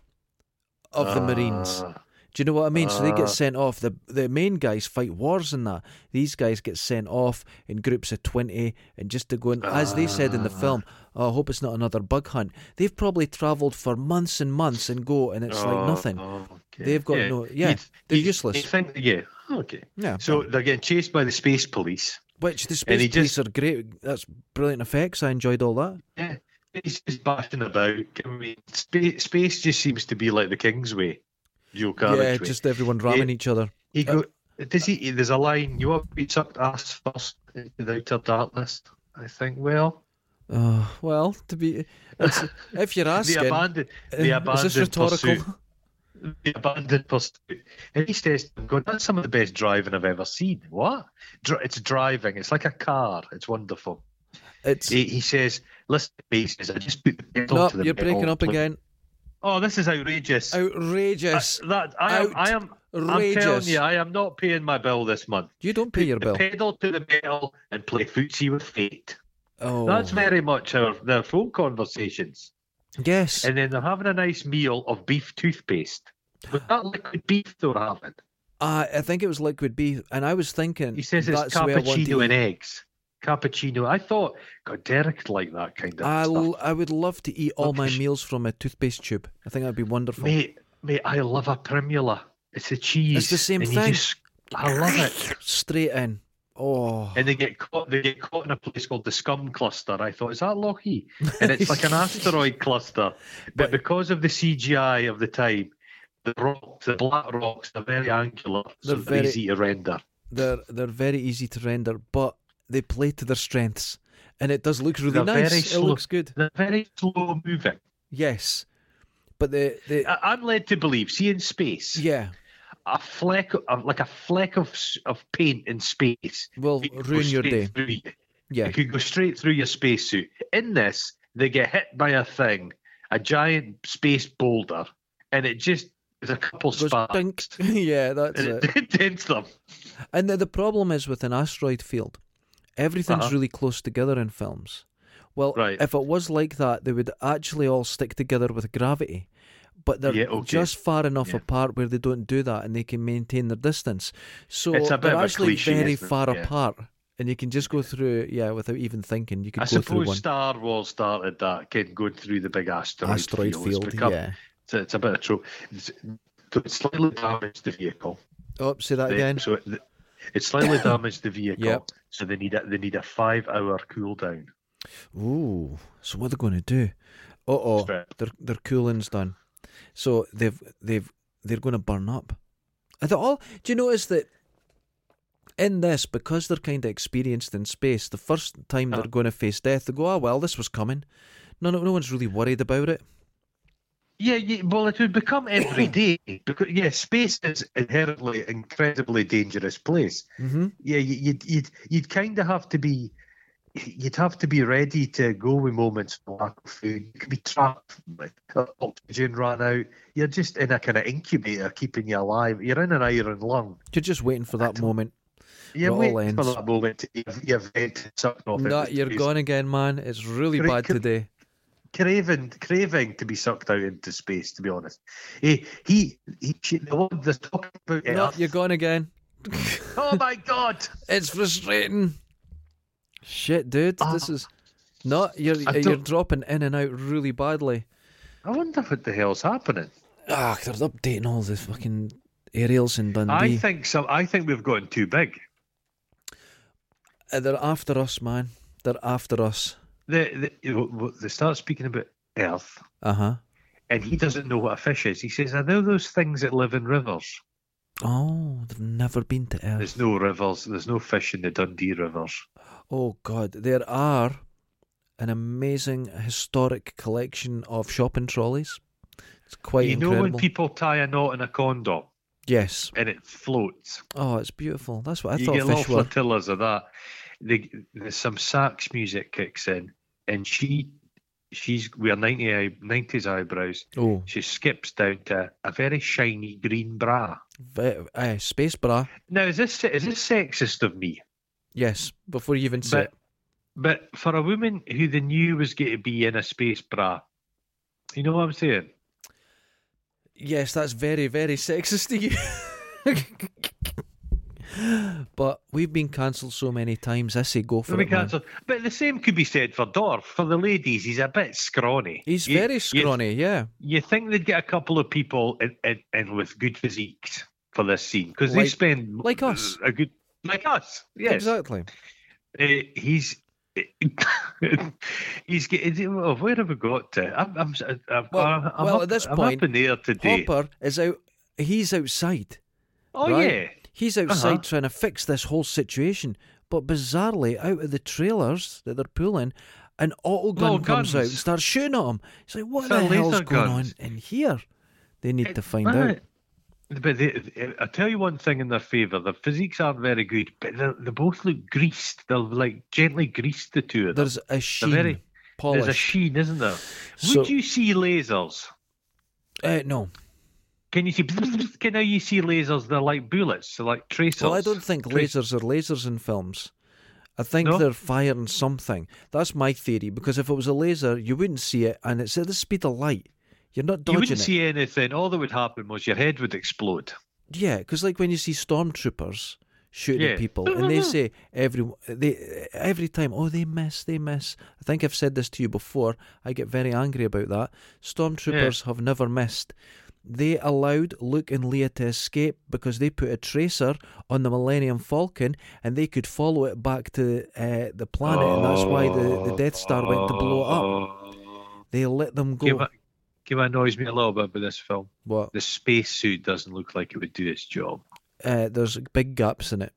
of the Marines.
Ah,
Do you know what I mean? so they
Ah.
get sent off. The the main guys fight wars and that. These guys get sent off in groups of twenty and just to go and as they said in the
Ah.
film, "Oh, I hope it's not another bug hunt. They've probably travelled for months and months and go and it's
oh,
like nothing.
okay.
They've got no- yeah,
You'd-
they're
you'd-
useless.
you'd think- yeah. Okay.
Yeah.
So they're getting chased by the space police.
Which the
And he
space police
just-
are great. That's brilliant effects. I enjoyed all that.
Yeah. He's just bashing about. I mean, space, space just seems to be like the King's Way. Your
yeah,
carriage way.
just uh, everyone ramming
Yeah.
each other.
He go, does he? There's a line. You want to be sucked ass first into the outer darkness. I think. Well,
Oh, well, to be, it's, if
(laughs)
you're
the
asking,
abandoned, the
uh, is
abandoned
this rhetorical?
pursuit, the abandoned pursuit. And he says, "I'm going. That's some of the best driving I've ever seen. What? Dri- It's driving. It's like a car. It's wonderful."
It's
He, he says, "Listen, to me," he says, I just put the pedal
no,
to the
you're
metal.
breaking up again.
Oh, this is outrageous.
Outrageous.
that I am, I am. I'm telling
Outrageous.
you, I am not paying my bill this month.
You don't pay your
The
bill.
pedal to the metal and play footsie with fate.
Oh,
That's very much our, their phone conversations.
yes.
And then they're having a nice meal of beef toothpaste. Was that liquid beef they were having?
I I think it was liquid beef, and I was thinking
He says it's
that's where I want
cappuccino
to
and
eat.
eggs. Cappuccino. I thought, God, Derek would like that kind of
I,
stuff.
l- I would love to eat all my
Look, sh-
meals from a toothpaste tube. I think that'd be wonderful.
Mate, mate, I love a primula. It's a cheese.
It's the same
and you
thing.
just- I love it.
Straight in. Oh,
And they get caught. They get caught in a place called the Scum Cluster. I thought, is that Lockheed? And it's
(laughs)
like an asteroid cluster, but
But-
because of the CGI of the time, the rock, the black rocks, are very angular, so
They're
they're
very-
easy to render.
they're they're very easy to render, but they play to their strengths, and it does look really
They're
nice.
very
it
slow.
looks good.
They're very slow moving.
Yes, but the the
I, I'm led to believe, see in space,
yeah
a fleck, of, like a fleck of s- of paint in space,
will
could go
ruin your
straight
day.
through you.
Yeah,
It could go straight through your spacesuit. In this, they get hit by a thing, a giant space boulder, and it just there's a couple
Goes dink. (laughs)
sparks,
yeah, that's
and
it.
it (laughs) dents them.
And the, the problem is with an asteroid field, everything's
Uh-huh.
really close together in films. Well,
Right.
if it was like that, they would actually all stick together with gravity, but they're
Yeah, okay.
just far enough
Yeah.
apart where they don't do that and they can maintain their distance. So
It's a bit
they're
of a
actually
cliche,
very
isn't it?
far
Yeah.
apart, and you can just go through yeah without even thinking. You could
I
go through
suppose
one
Star Wars started that kid going through the big asteroid,
asteroid
It's,
field.
become-
Yeah.
it's, a- it's a bit of trope. It's, it slightly damaged the vehicle.
Oh, say that
They-
again.
so it, it
(coughs)
slightly damaged the vehicle.
Yep.
So they need a, they need a five hour cool down.
Ooh, so what are they going to do? Uh oh,
Strip.
their their cooling's done, so they've they've they're going to burn up. I thought, all do you notice that in this because they're kind of experienced in space, the first time they're
Uh-huh.
going to face death, they go, "Ah, well, this was coming." No, no, no one's really worried about it.
Yeah, yeah, well, it would become every day because yeah, space is inherently incredibly dangerous place.
Mm-hmm.
Yeah, you- you'd you'd you'd kind of have to be, you'd have to be ready to go with moments of lack of food. You could be trapped, like, uh, oxygen ran out. You're just in a kind of incubator, keeping you alive. You're in an iron lung.
You're just waiting for that moment.
You're
It all
waiting for
ends.
that moment. To, you're venting something off.
No,
into
you're
space.
gone again, man. It's really
Cri-
bad
cri-
today.
craving craving to be sucked out into space. To be honest, he he he. she- the one that's talking about
No,
Earth.
you're gone again.
Oh my god!
It's frustrating. Shit, dude, this
Ah.
is no. You're
I
you're
don't-
dropping in and out really badly.
I wonder what the hell's happening.
Ah, they're updating all the fucking aerials in Dundee.
I think some. I think we've gotten too big.
Uh, they're after us, man. They're after us.
They, they, you know, they start speaking about Earth,
Uh huh.
and he doesn't know what a fish is. He says, "I know those things that live in rivers.
Oh, they've never been to Earth.
There's no rivers. There's no fish in the Dundee rivers."
Oh God, there are an amazing historic collection of shopping trolleys. It's quite
you know
incredible.
when people tie a knot in a condom
yes.
and it floats.
Oh, it's beautiful. That's what I
you
thought
get
fish
little
were.
flotillas of that. They, there's some sax music kicks in, and she, she's we're 90, eye- 90s eyebrows.
Oh,
She skips down to a very shiny green bra.
ve- aye, space bra.
Now is this is this sexist of me?
Yes. Before you even say, it.
But but for a woman who they knew was going to be in a space bra, you know what I'm saying?
yes, that's very very sexist of you. (laughs) but we've been cancelled so many times. I say go for
Let me
it, man.
cancel. But the same could be said for Dorf. For the ladies, he's a bit scrawny.
He's
You-
very
you-
scrawny. yeah.
You think they'd get a couple of people in, in, in with good physiques for this scene because they
Like-
spend
like us.
a good like us. Yes,
Exactly.
Uh, he's (laughs) he's getting. Well, oh, where have we got to? I'm I'm I'm, I'm,
Well-
I'm
well,
up,
at this
I'm
point,
up in the air today.
Hopper is out. He's outside.
oh
right?
yeah.
He's outside
Uh-huh.
trying to fix this whole situation. But bizarrely, out of the trailers that they're pulling, an auto gun
Little
comes out and
guns.
starts shooting at him. It's like, what
It's
the
like
hell's
laser
going on
guns.
in here? They need to find out.
Right. But they, I tell you one thing in their favour: their physiques aren't very good, but they they both look greased. They're like gently greased. The two of them.
There's a sheen.
very-
polish.
There's a sheen, isn't there?
So-
Would you see lasers?
Uh, no.
Can you see? Can now you see lasers? They're like bullets, so like tracers.
Well, I don't think
Trace-
lasers are lasers in films. I think
No?
they're firing something. That's my theory because if it was a laser, you wouldn't see it, and it's at the speed of light. You're not
you
dodging
wouldn't
it.
see anything. All that would happen was your head would explode.
Yeah, because like when you see stormtroopers shooting
Yeah.
at people,
(laughs)
and they say every they every time, oh they miss, they miss. I think I've said this to you before. I get very angry about that. Stormtroopers have never missed. They allowed Luke and Leia to escape because they put a tracer on the Millennium Falcon, and they could follow it back to uh, the planet, and that's why the, the Death Star went to blow it up. They let them go.
Give Give annoys me a little bit with this film.
what?
The spacesuit doesn't look like it would do its job.
Uh, there's big gaps in it.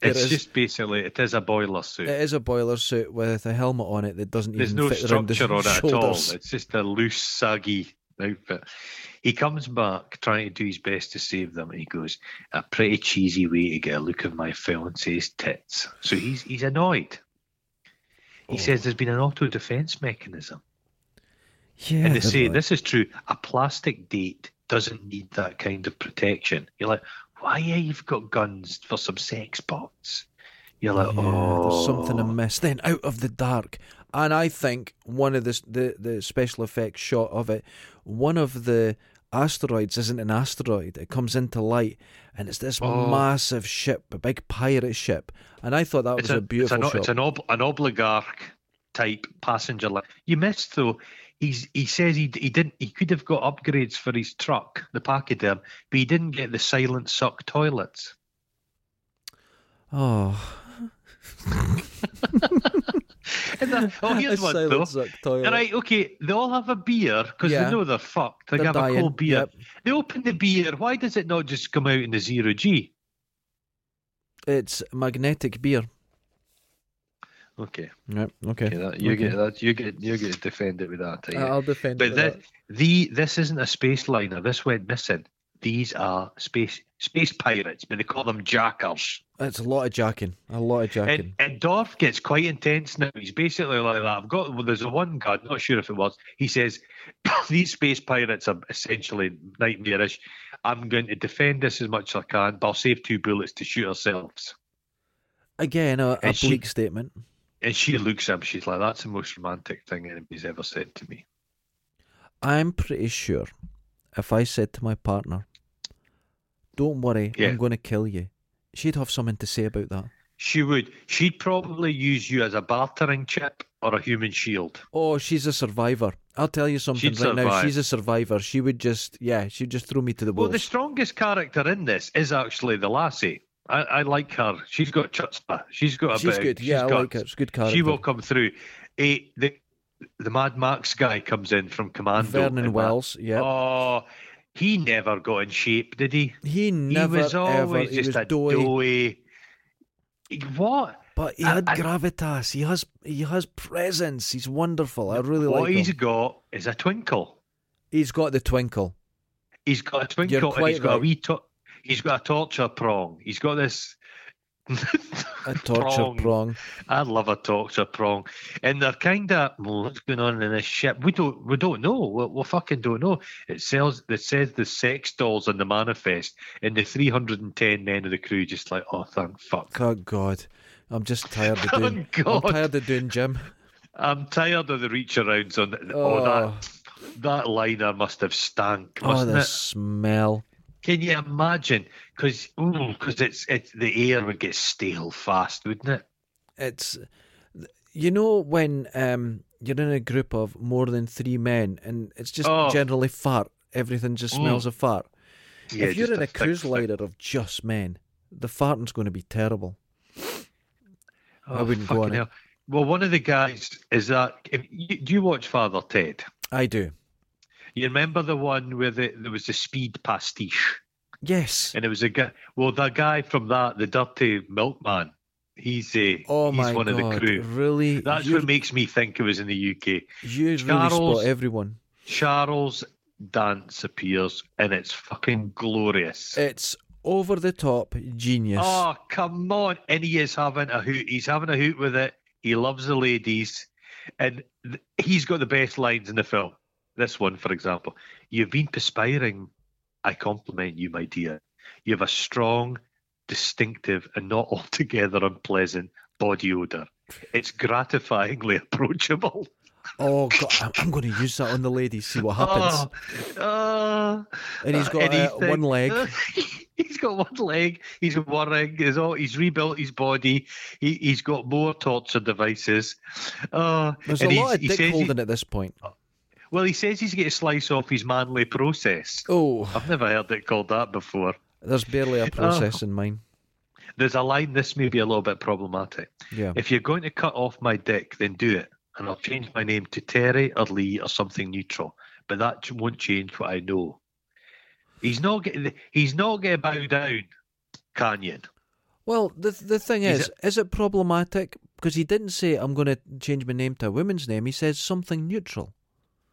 There
It's
is-
just basically it is a boiler suit.
It is a boiler suit with a helmet on it that doesn't
There's
even
no
fit around the (laughs)
structure on it at all.
shoulders.
It's just a loose, saggy outfit. He comes back trying to do his best to save them, and he goes, "A pretty cheesy way to get a look of my fiance's tits." So he's he's annoyed. He
Oh.
says there's been an auto defense mechanism,
Yeah,
and they say
they're like-
this is true. A plastic date doesn't need that kind of protection. You're like, why? Yeah, you've got guns for some sex bots. You're like,
Yeah,
oh,
there's something amiss. Then out of the dark, and I think one of the s- the, the special effects shot of it, one of the asteroids isn't an asteroid. It comes into light, and it's this
Oh.
massive ship, a big pirate ship. And I thought that was
it's
a,
a-
beautiful
it's an,
shot.
It's an, ob, an obligarch type passenger line. You missed though. He's he says he d- he didn't he could have got upgrades for his truck, the pachyderm, but he didn't get the silent suck toilets.
oh,
And that- oh, here's
(laughs) A
one
silent
though.
suck toilet.
All right, okay. They all have a beer because
Yeah.
they know they're fucked. They
They're
have a
dying,
cold beer.
yep.
They open the beer. Why does it not just come out in the zero G?
It's magnetic beer.
Okay,
Yep. Okay.
okay, that, you
okay.
get that. You get you get to defend it with that.
I-
yeah.
I'll defend it.
But
with
this,
that.
the this isn't a space liner. This went missing. These are space space pirates, but they call them jackers.
It's a lot of jacking. A lot of jacking.
And, and Dorf gets quite intense now. He's basically like that. I've got well, there's a one guy, not sure if it was. He says (laughs) these space pirates are essentially nightmarish. I'm going to defend this as much as I can, but I'll save two bullets to shoot ourselves.
Again, a, a
And she-
bleak statement.
And she looks at him. She's like, "That's the most romantic thing anybody's ever said to me."
I'm pretty sure if I said to my partner, "Don't worry,
Yeah.
I'm going to kill you," she'd have something to say about that.
She would. She'd probably use you as a bartering chip or a human shield.
Oh, she's a survivor. I'll tell you something
She'd
right now.
survive.
She's a survivor. She would just, yeah, she'd just throw me to the
Well,
wolves.
the strongest character in this is actually the lassie. I, I like her. She's got chutzpah. She's got a
she's
bit.
good.
uh,
yeah,
she's
I like her.
guts.
It's a good character.
She will come through. Eh, the the Mad Max guy comes in from Commando.
Vernon
and that-
Wells. Yeah,
Oh, he never got in shape, did he?
he never
he was
ever.
always
He
just
was
a
doughy,
doughy. He- What?
but he
I-
had
I-
gravitas. He has, he has presence. He's wonderful. I really
what
like
he's
him.
got is a twinkle.
He's got the twinkle.
He's got a
You're
twinkle. And
quite
he's got a
right.
wee. To- he's got a torture prong. He's got this. (laughs)
A torture
Prong.
prong.
I love a torture prong, and they're kind of what's going on in this ship. We don't, we don't know. We, we fucking don't know. It sells. It says the sex dolls on the manifest, and the three hundred and ten men of the crew just like, oh, thank fuck.
Oh God, I'm
(laughs)
just tired of doing.
Thank God.
I'm tired of
(laughs)
doing gym.
I'm tired of the reach arounds on. The,
Oh,
oh. that that liner must have stank,
oh,
mustn't
the
it?
smell.
Can you imagine? Because because it's it's the air would get stale fast, wouldn't it?
It's you know when um you're in a group of more than three men and it's just
Oh. Mm.
generally fart. Everything just smells of fart.
Yeah,
if you're
just
in a
thick
cruise
thing.
liner of just men, the farting's going to be terrible. I wouldn't go
Oh, fucking
on it.
hell. Well, one of the guys is that. If you, do you watch Father Ted?
I do.
You remember the one where the, there was the speed pastiche,
Yes.
and it was a guy. Well, the guy from that, the dirty milkman, he's a
Oh
he's
my
one
God!
of the crew.
Really?
That's
you
what makes me think it was in the UK.
you really
Charles-
spot everyone.
Charles dance appears, and it's fucking glorious.
It's over the top genius.
Oh come on! And he is having a hoot. He's having a hoot with it. He loves the ladies, and th- he's got the best lines in the film. This one, for example, you've been perspiring. I compliment you, my dear. You have a strong, distinctive, and not (laughs) altogether unpleasant body odor. It's gratifyingly approachable.
Oh God, I'm, I'm going to use that on the lady. See what happens.
Oh, oh,
and he's
uh,
got uh,
anything.
one leg.
(laughs) he's got one leg. He's worrying. He's, all, he's rebuilt his body. He, he's got more torture devices. Uh,
There's
and
a
he's-
lot of
he
dick
says he-
holding at this point.
well, he says he's going to slice off his manly process.
Oh,
I've never heard it called that before. (laughs)
there's barely
Oh.
a process in mine.
There's a line, this may be a little bit problematic.
Yeah.
If you're going to cut off my dick, then do it. And I'll change my name to Terry or Lee or something neutral. But that ch- won't change what I know. He's not getting he's not gonna bow down, Canyon.
Well, the the thing
Is
is, is it problematic? Because he didn't say I'm going to change my name to a woman's name. He says something neutral.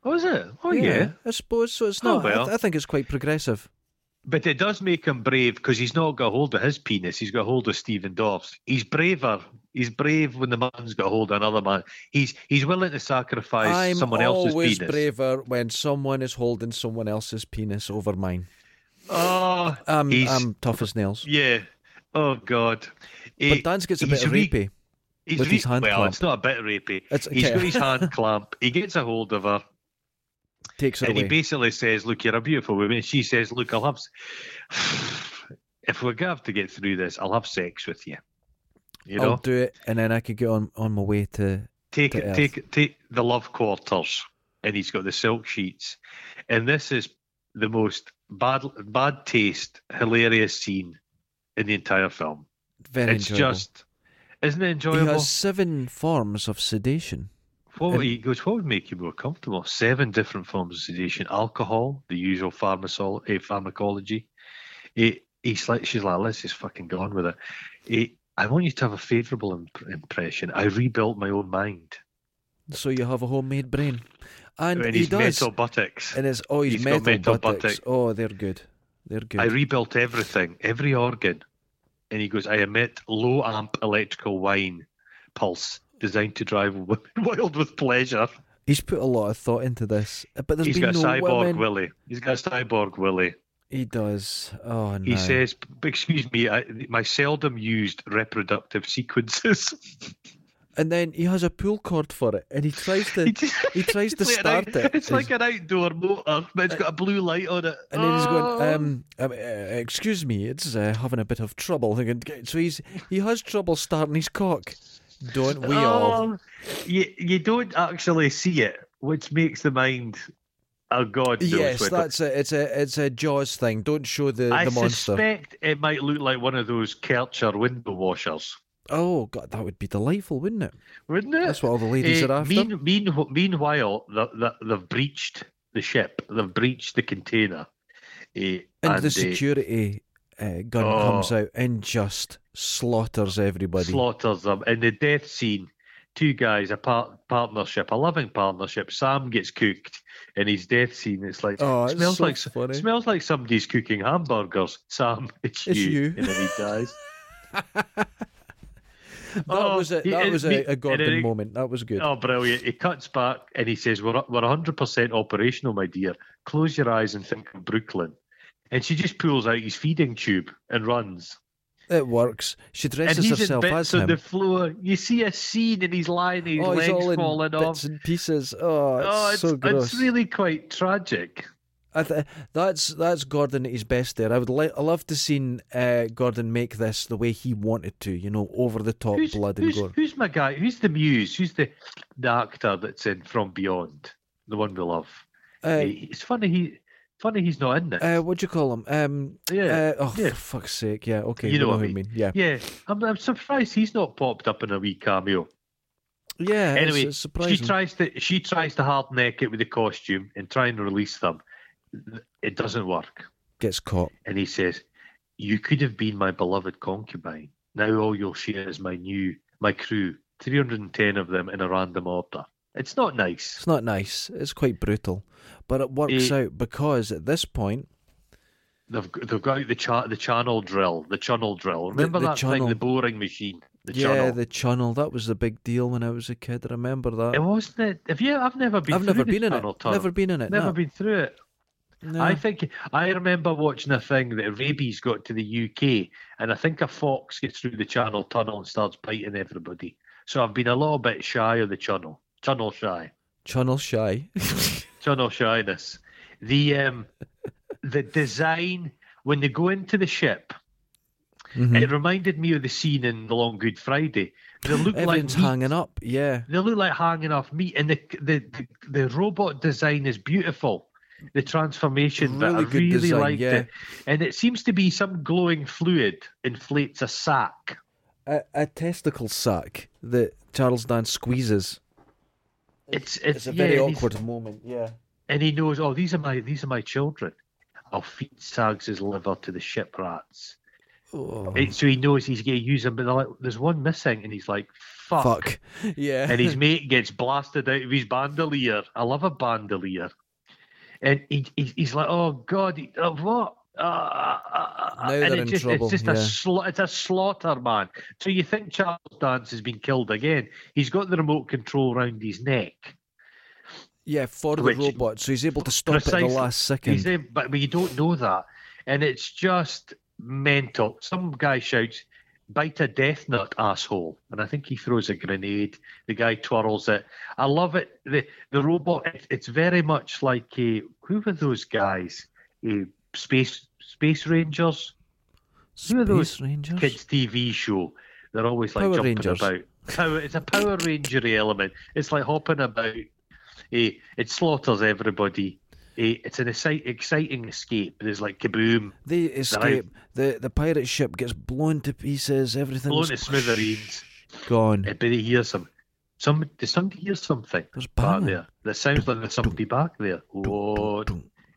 Was it? Oh yeah.
I suppose so. It's
Oh,
not. I th-
well.
I, think it's quite progressive.
But it does make him brave because he's not got hold of his penis. He's got hold of Stephen Dorff's. He's braver. He's brave when the man's got hold of another man. He's he's willing to sacrifice
I'm
someone else's
always
penis.
braver when someone is holding someone else's penis over mine.
Oh,
Um,
He's-
I'm tough as nails.
yeah. Oh God. Eh, He-
But Dan's gets a
he's
bit of
re-
rapey.
He's
with his hand
well,
clamp.
it's not a bit rapey.
It's-
He's
okay.
got his
(laughs)
hand clamp. He gets a hold of her,
Takes it
and he
away.
basically says, "Look, you're a beautiful woman." She says, "Look, I'll have. s- (sighs) If we're gonna have to get through this, I'll have sex with you." You know,
I'll do it, and then I could get on on my way to.
take
to Earth.
take take the love quarters, and he's got the silk sheets, and this is the most bad bad taste, hilarious scene in the entire film.
Very
it's
enjoyable.
just, isn't it
he
enjoyable?
has seven forms of sedation.
What
And-
he goes, what would make you more comfortable? Seven different forms of sedation: alcohol, the usual pharmacol- eh, pharmacology. He, he's like, she's like, let's just fucking go on with it. He, I want you to have a favourable imp- impression. I rebuilt my own mind.
So you have a homemade brain, and
and
he
his
does.
mental buttocks.
And it's oh, he's,
He's got
metal,
metal
buttocks.
buttocks.
Oh, they're good. They're good.
I rebuilt everything, every organ. And he goes, I emit low amp electrical wine pulse designed to drive (laughs) women wild with pleasure.
he's put a lot of thought into this, but there's
He's
been
got a
no
cyborg
women.
willy. He's got a cyborg willy.
He does. Oh no.
He says, "P- "Excuse me, I, my seldom used reproductive sequences." (laughs)
and then he has a pull cord for it, and he tries
(laughs)
to.
He just-
(laughs) he tries to
it's like an
start
out-
it.
(laughs)
Uh,
It's like an outdoor motor, but it's got a blue light on it.
and then he's going,
Oh.
um, um, uh, excuse me, it's uh, having a bit of trouble. So he's he has trouble starting his cock. Don't we all?
Oh. you you don't actually see it, which makes the mind a god. knows
Yes,
what-
that's a, it's a it's a Jaws thing. Don't show the,
I
the monster.
suspect it might look like one of those Kercher window washers,
Oh god, that would be delightful, wouldn't it?
wouldn't it?
That's what all the
(laughs)
ladies
Eh,
are after.
mean- meanwh- meanwhile, the, the, they've breached the ship. They've breached the container. eh,
and, the
eh,
security uh, gun
Oh.
comes out and just slaughters everybody.
slaughters them in the death scene. Two guys, a par- partnership, a loving partnership. Sam gets cooked in his death scene. It's like
Oh, it's
smells
so
like
funny.
smells like somebody's cooking hamburgers. Sam, it's,
It's you.
and then he dies.
that
Oh,
was a,
it-
that
it-
was
me-
a, a
and
Gordon
it-
moment. That was good.
Oh, brilliant! He cuts back and he says, "We're we're 100 percent operational, my dear. Close your eyes and think of Brooklyn." And she just pulls out his feeding tube and runs.
It works. She
And
dresses
he's in
herself as
bits on
him.
the floor. You see a scene, and he's lying, his
oh,
legs
he's all in
falling off.
bits and pieces. Oh, it's,
oh, it's,
so gross.
it's really quite tragic.
I th- that's that's Gordon at his best there. I would li- I love to seen uh, Gordon make this the way he wanted to. You know, over the top
Who's,
blood and
who's,
gore.
who's my guy? Who's the muse? Who's the, the actor that's in From Beyond, the one we love?
Uh,
He- it's funny he, funny he's not in it.
uh, what do you call him? Um,
Yeah,
uh, oh,
yeah.
for fuck's sake! Yeah. Okay.
You
we
know what
who
I
you
mean.
mean. Yeah.
yeah, I'm, I'm surprised he's not popped up in a wee cameo.
Yeah. it's-
anyway,
it's
she
surprising.
tries to she tries to hard neck it with the costume and try and release them. It doesn't work.
gets caught.
and he says, "You could have been my beloved concubine. Now all you'll share is my new my crew, 310 of them in a random order. It's not nice."
It's not nice. It's quite brutal, but it works
Eh.
out because at this point,
They've g- they've got out the cha- the channel drill, the channel drill. Remember
the
that
channel.
thing, the boring machine, the
yeah,
channel.
the channel that was the big deal when I was a kid. I remember that.
It wasn't it. Have you? I've never been.
I've
through
never
the
been in it.
channel tunnel.
Never been in it.
Never
no.
been through it.
No.
I think I remember watching a thing that rabies got to the UK, and I think a fox gets through the Channel Tunnel and starts biting everybody. So I've been a little bit shy of the Channel, Channel shy,
Channel
(laughs)
shy.
Channel shyness. The um, the design when they go into the ship,
Mhm.
it reminded me of the scene in The Long Good Friday. They look like
Everything's
meat.
hanging up. Yeah.
They look like hanging off meat, and the the the, the robot design is beautiful. The transformation, but I
Really good
really
design,
liked
yeah.
it. And it seems to be some glowing fluid inflates a sack.
A, a testicle sack that Charles Dance squeezes.
It's it's,
It's a very
yeah, and he's-
awkward moment. Yeah.
And he knows, oh, these are my these are my children. I'll feed Sags's liver to the ship rats.
Oh,
And so he knows he's going to use them, but they're like, there's one missing, and he's like, fuck.
fuck. Yeah.
(laughs) and his mate gets blasted out of his bandolier. I love a bandolier. And he, he, he's like, oh God, he- uh, what? Uh, uh, uh, uh,"
Now
and
they're in
it's just,
trouble,
It's just
yeah.
a sla- it's a slaughter, man. So you think Charles Dance has been killed again? He's got the remote control round his neck.
(laughs) yeah, for the
Which-
robot. So he's able to stop it at
Precisely.
the last second.
He's in, but but you don't know that, and it's just mental. Some guy shouts, "Bite a death nut, asshole!" And I think he throws a grenade. The guy twirls it. I love it. the The robot. It, it's very much like a, who were those guys? A space Space Rangers who are those
Space Rangers.
kids TV show. They're always like
Power
jumping
Rangers.
about. Power, it's a Power Rangery element. It's like hopping about. Eh, it slaughters everybody. Eh, it's an exci- exciting escape. There's like kaboom,
They escape. The the pirate ship gets blown to pieces. Everything's
blown to smithereens. Eh,
gone.
Everybody hears some. Some does somebody hear something
There's
back
banging.
there? That sounds like there's somebody back there. What?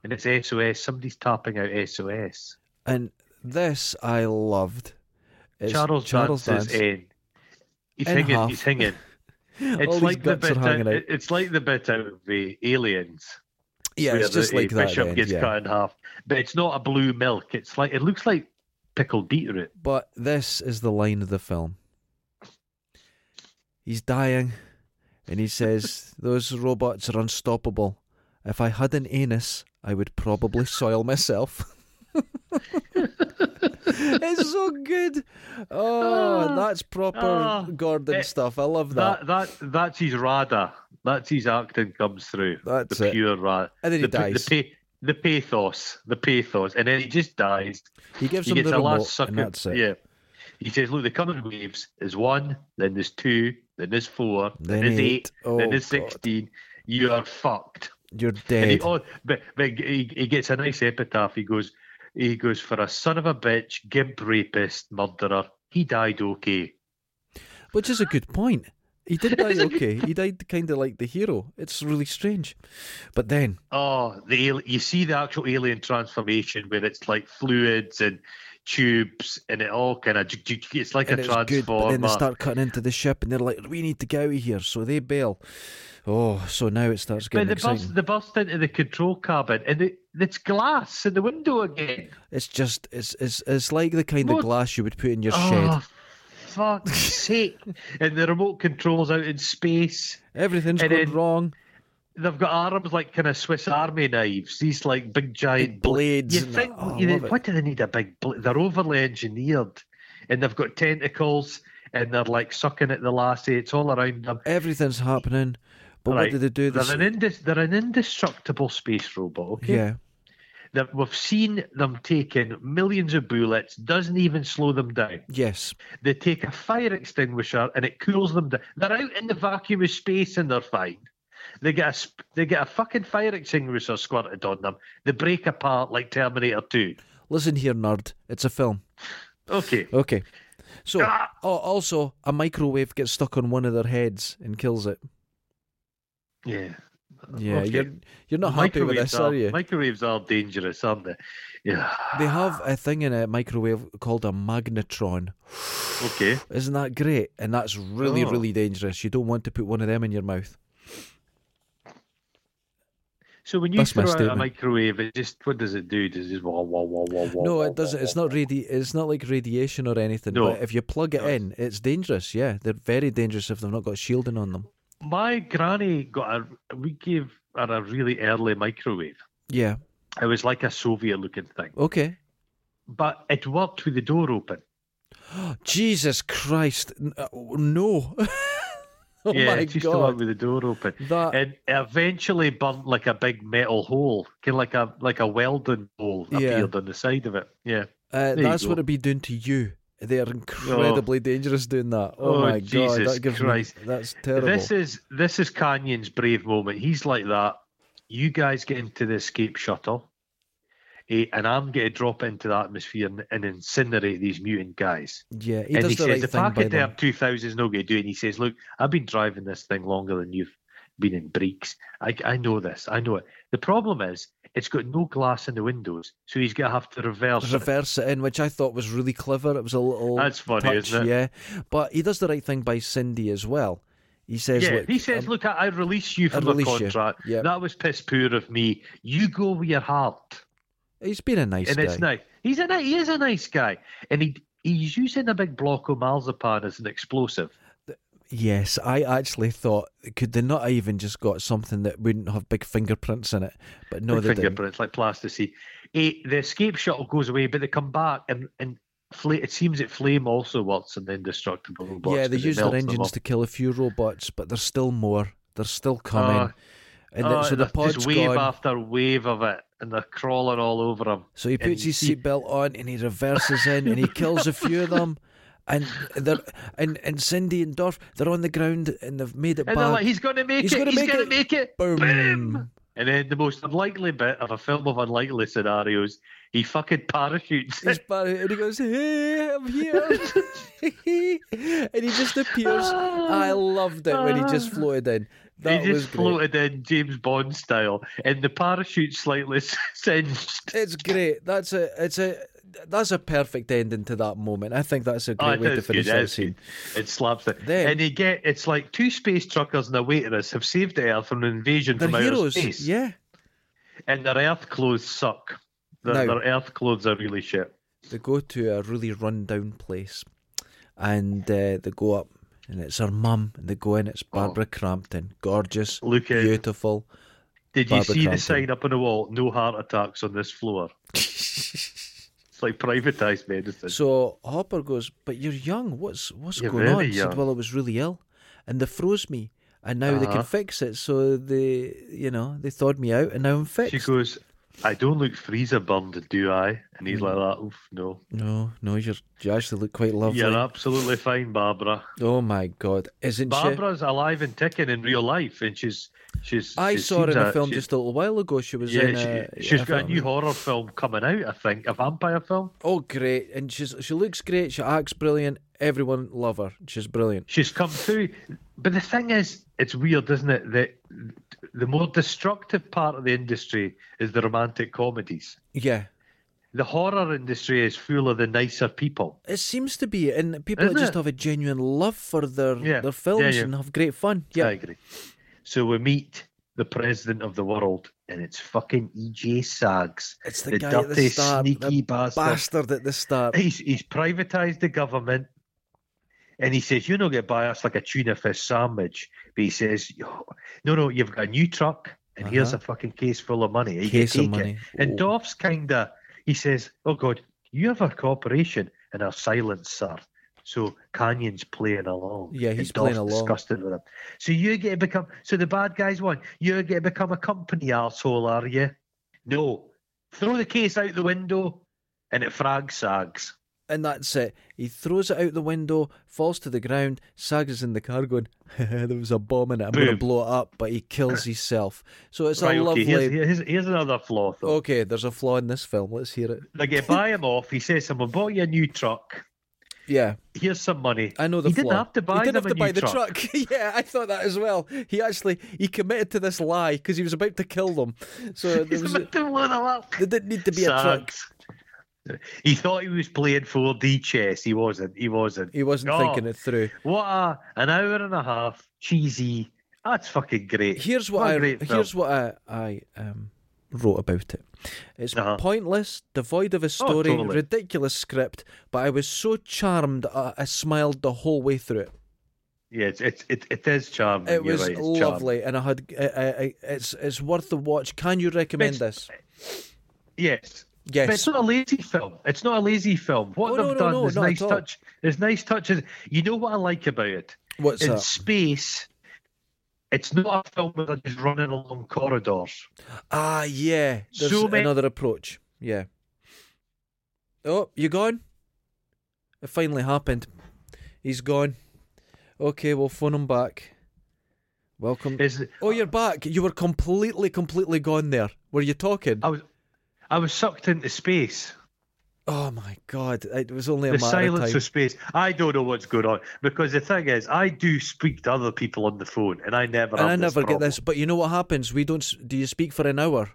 And it's SOS. Somebody's tapping out SOS.
And this I loved. It's
Charles,
Charles
Dance is
Dance.
in. He's
In
hanging.
half.
He's hanging.
(laughs) All
It's
these
like the
guts are
bit out,
hanging out.
it- it's like the bit out of the aliens.
Yeah,
where
it's just
the,
like
the
that.
bishop
then,
gets
yeah.
cut in half. But it's not a blue milk. It's like it looks like pickled beetroot.
But this is the line of the film. He's dying, and
(laughs)
he says, Those robots are unstoppable. If I had an anus, I would probably soil myself. (laughs) it's so good. Oh,
Ah,
that's proper
ah,
Gordon
eh,
stuff. I love that.
That that that's his radar. That's his acting comes through.
That's
the
it.
pure radar.
And then he
The, pa-
dies.
the, pa- the pathos. The pathos. And then he just dies.
he gives
He
him
gets
the
a
remote,
last sucker.
and that's it.
Yeah. He says, Look, the coming waves is one, then there's two, then there's four,
Then
then, there's
eight.
eight,
Oh,
then there's
God.
16. You are fucked.
You're
And he,
dead.
oh, but, but he, he gets a nice epitaph. He goes, he goes for a son of a bitch, gimp rapist, murderer. He died okay.
Which is a good point. He did
(laughs)
die
It's a good
okay. He died kind of like the hero. It's really strange. But then,
Oh, the al- you see the actual alien transformation where it's like fluids and tubes and it all kind of it's like
and
a
it's good, but then they
transformer.
start cutting into the ship and they're like, we need to get out of here. So they bail. Oh, so now it starts
But
getting
they
exciting.
burst, they burst into the control cabin and it, it's glass in the window again.
It's just, it's, it's, it's like the kind of
What?
glass you would put in your
Oh,
shed.
fuck's
(laughs)
sake. And the remote control's out in space.
Everything's
and
gone
then
wrong.
They've got arms like kind of Swiss Army knives. These like big giant
Big blades
You
and that.
think
Oh, I
you
love
think,
it.
what do they need a big? Bl- they're overly engineered, and they've got tentacles, and they're like sucking at the lassie. It's all around them.
Everything's happening. But
Right,
what did they do? They
They're an, indis- they're an indestructible space robot. Okay,
yeah.
That we've seen them taking millions of bullets. Doesn't even slow them down.
Yes.
They take a fire extinguisher and it cools them down. They're out in the vacuum of space and they're fine. They get a sp- they get a fucking fire extinguisher squirted on them. They break apart like Terminator Two.
Listen here, nerd. It's a film.
Okay,
Okay. So,
Ah!
oh, also, a microwave gets stuck on one of their heads and kills it.
yeah,
Yeah,
Okay.
you're you're not happy with this,
are,
are you?
Microwaves are dangerous, aren't they? Yeah.
They
Ah.
have a thing in a microwave called a magnetron.
Okay.
Isn't that great? And that's really,
Oh.
really dangerous. You don't want to put one of them in your mouth.
So when you
That's my
throw out a
statement.
microwave, it just what does it do? Does it just wah wah wah wah wah?
No,
wah,
it doesn't.
wah,
It's
wah,
not
wah?
radi- It's not like radiation or anything.
No.
But if you plug it in, it's dangerous. Yeah, they're very dangerous if they've not got shielding on them.
My granny got a. We gave her a really early microwave.
Yeah,
It was like a Soviet looking thing,
Okay.
but it worked with the door open.
Jesus Christ. N- uh, No. (laughs) (laughs) oh
yeah,
my
it used to work
God. Uh,
with the door open.
That
And it eventually burnt like a big metal hole, kind of like a like a welding hole
Yeah.
appeared on the side of it. Yeah.
Uh,
There you
that's
go.
what it'd be doing to you. They are incredibly dangerous doing that. Oh,
Oh,
my god,
Jesus
that gives
Christ.
me that's terrible.
This is this is Canyon's brave moment. He's like that. You guys get into the escape shuttle, eh, and I'm going to drop into the atmosphere and, and incinerate these mutant guys.
yeah, he
and
does
he
the
says
right
the
thing by
packet
them.
Derm 2000 is no going to do it. And he says, "Look, I've been driving this thing longer than you've been in breeks. I, I know this. I know it. The problem is it's got no glass in the windows, so he's going to have to reverse. it.
Reverse it in, which I thought was really clever. It was a little
That's funny,
touch,
isn't it?
yeah. But he does the right thing by Cindy as well. He says,
Yeah,
look,
he says,
um,
"Look, I, I release you from the
release you.
contract.
Yep.
That was piss poor of me. You go with your heart."
he's been a nice
and
guy.
it's nice. He's a ni- he is a nice guy, and he he's using a big block of marzipan as an explosive.
Yes, I actually thought could they not have even just got something that wouldn't have big fingerprints in it? But no,
Big
they didn't.
fingerprints like plasticine. Eh, the escape shuttle goes away, but they come back and and. Fla- it seems that flame also works in the indestructible robots.
yeah, they
'cause it
use their
melts them
engines
up.
to kill a few robots, but there's still more. They're still
Oh,
coming. and then,
Oh,
so the
there's just
pod's
wave
gone.
after wave of it, and they're crawling all over him.
So he
And
puts
you
his
see-
seatbelt on and he reverses in and he kills a few
(laughs)
of them. And they're and, and Cindy and Dorf, they're on the ground and they've made
And
it
they're
back.
like, "He's going to make
He's
it!
gonna
he's
make
going
it."
to make it!"
Boom.
And then the most unlikely bit of a film of unlikely scenarios, he fucking parachutes.
He's bar- and he goes, Hey, I'm here. (laughs) and he
(laughs)
just appears. I loved it when he just floated in. That
Ah. he
was
just
great.
floated in James Bond style, and the parachute slightly (laughs) cinched.
It's great. That's a it's a that's a perfect ending to that moment. I think that's a
Oh,
great way to
that's good,
finish that
that's
scene.
good. It slaps it.
Then-
and they get it's like two space truckers and a waitress have saved the Earth from an invasion
They're
from
heroes.
outer space,
Yeah.
and their Earth clothes suck. Their,
Now-
their Earth clothes are really shit.
They go to a really run down place and uh, they go up and it's her mum and they go in, it's Barbara Crampton. Gorgeous,
Oh. Look at
beautiful.
did you
Barbara
see
Crampton.
the sign up on the wall? No heart attacks on this
(laughs)
floor. it's like privatized medicine.
So Hopper goes, But you're young, what's what's
You're
going
very
on? She said,
young.
Well I was really ill and they froze me and now they can
Uh-huh.
fix it. So they you know, they thawed me out and now I'm
She
fixed.
goes, "I don't look freezer burned, do I?" And he's like that. Oof, no.
no, no, you're you actually look quite lovely.
You're absolutely fine, Barbara.
Oh my god. Isn't she
Barbara's alive and ticking in real life, and she's she's.
I
she
saw her
seems
in a
a-
film
she-
just a little while ago. She was in
Yeah,
a,
she, she's
a
got a
film.
new horror film coming out. I think a vampire film.
Oh, great! And she's she looks great. She acts brilliant. Everyone love her. She's brilliant.
She's come through, but the thing is, it's weird, isn't it? That the more destructive part of the industry is the romantic comedies.
Yeah,
The horror industry is full of the nicer people.
it seems to be, and people
Isn't
that just
it?
have a genuine love for their
Yeah,
their films
yeah, yeah.
and have great fun. Yeah,
I agree. So we meet the president of the world, and it's fucking E.J. Sags.
it's the,
the
guy at the
dirty,
start,
sneaky
the
bastard.
bastard at the start.
He's, he's privatised the government, and he says, You're not going to buy us like a tuna fish sandwich. But he says, No, no, you've got a new truck, and here's a fucking case full of money. You can
Uh-huh. Case of
take it."
money. Ooh.
And Dorf's kind of, he says, Oh, God, you have our cooperation and our silence, sir. So Canyon's playing along.
Yeah, he's
and Dorf's
playing along.
Disgusted with him. So you get to become. So the bad guys won. You're going to become a company asshole, are you? No. Throw the case out the window, and it frag sags.
And that's it. He throws it out the window, falls to the ground. Sags is in the car going, (laughs) "There was a bomb in it. I'm going to
Boom.
blow it up," but
(laughs)
he kills himself. So it's
Right,
a lovely. Oh.
okay. Here's, here's, here's another flaw. Though.
okay, there's a flaw in this film. Let's hear it.
They get buy
(laughs)
him off. He says, "Someone bought you a new truck.
Yeah.
Here's some money."
I know the
He
flaw.
didn't have to buy
He didn't
them
have to
a
buy
new
the
truck.
truck. (laughs) yeah, I thought that as well. He actually he committed to this lie because he was about to kill them.
(laughs)
So
(laughs)
there
He's
was,
meant
there
to blow them up.
didn't need to be a truck.
Sags. He thought he was playing 4D chess. He wasn't. He wasn't.
He wasn't
Oh.
thinking it through.
What a an hour and a half cheesy. That's fucking great.
Here's what
a
I
great film.
here's what I, I um, wrote about it. It's
Uh-huh. Oh,
pointless, devoid of a story,
totally.
ridiculous script, but I was so charmed I, I smiled the whole way through it.
yeah, it's, it's it it is charming.
It
You're
was
right, it's charming.
lovely, and I had I, I, I, it's it's worth the watch. Can you recommend
It's-
this?
Yes. But it's
Yes.
not a lazy film. It's not a lazy film. What
Oh,
they've
no, no,
done
no,
is
not
nice
at all.
touch. Is nice touches. You know what I like about it?
What's
In
that?
space, it's not a film where they're just running along
(laughs)
corridors.
Ah, yeah. There's
So many-
another approach. Yeah. Oh, you gone? It finally happened. He's gone. Okay, we'll phone him back. Welcome.
Is
Oh, you're back. You were completely, completely gone there. Were you talking?
I was, I was sucked into space.
Oh my god! It was only a
The
matter
silence
of
of,
time.
space. I don't know what's going on because the thing is, I do speak to other people on the phone, and I never.
and
have
I never
problem.
get this. But you know what happens? We don't. s- Do you speak for an hour?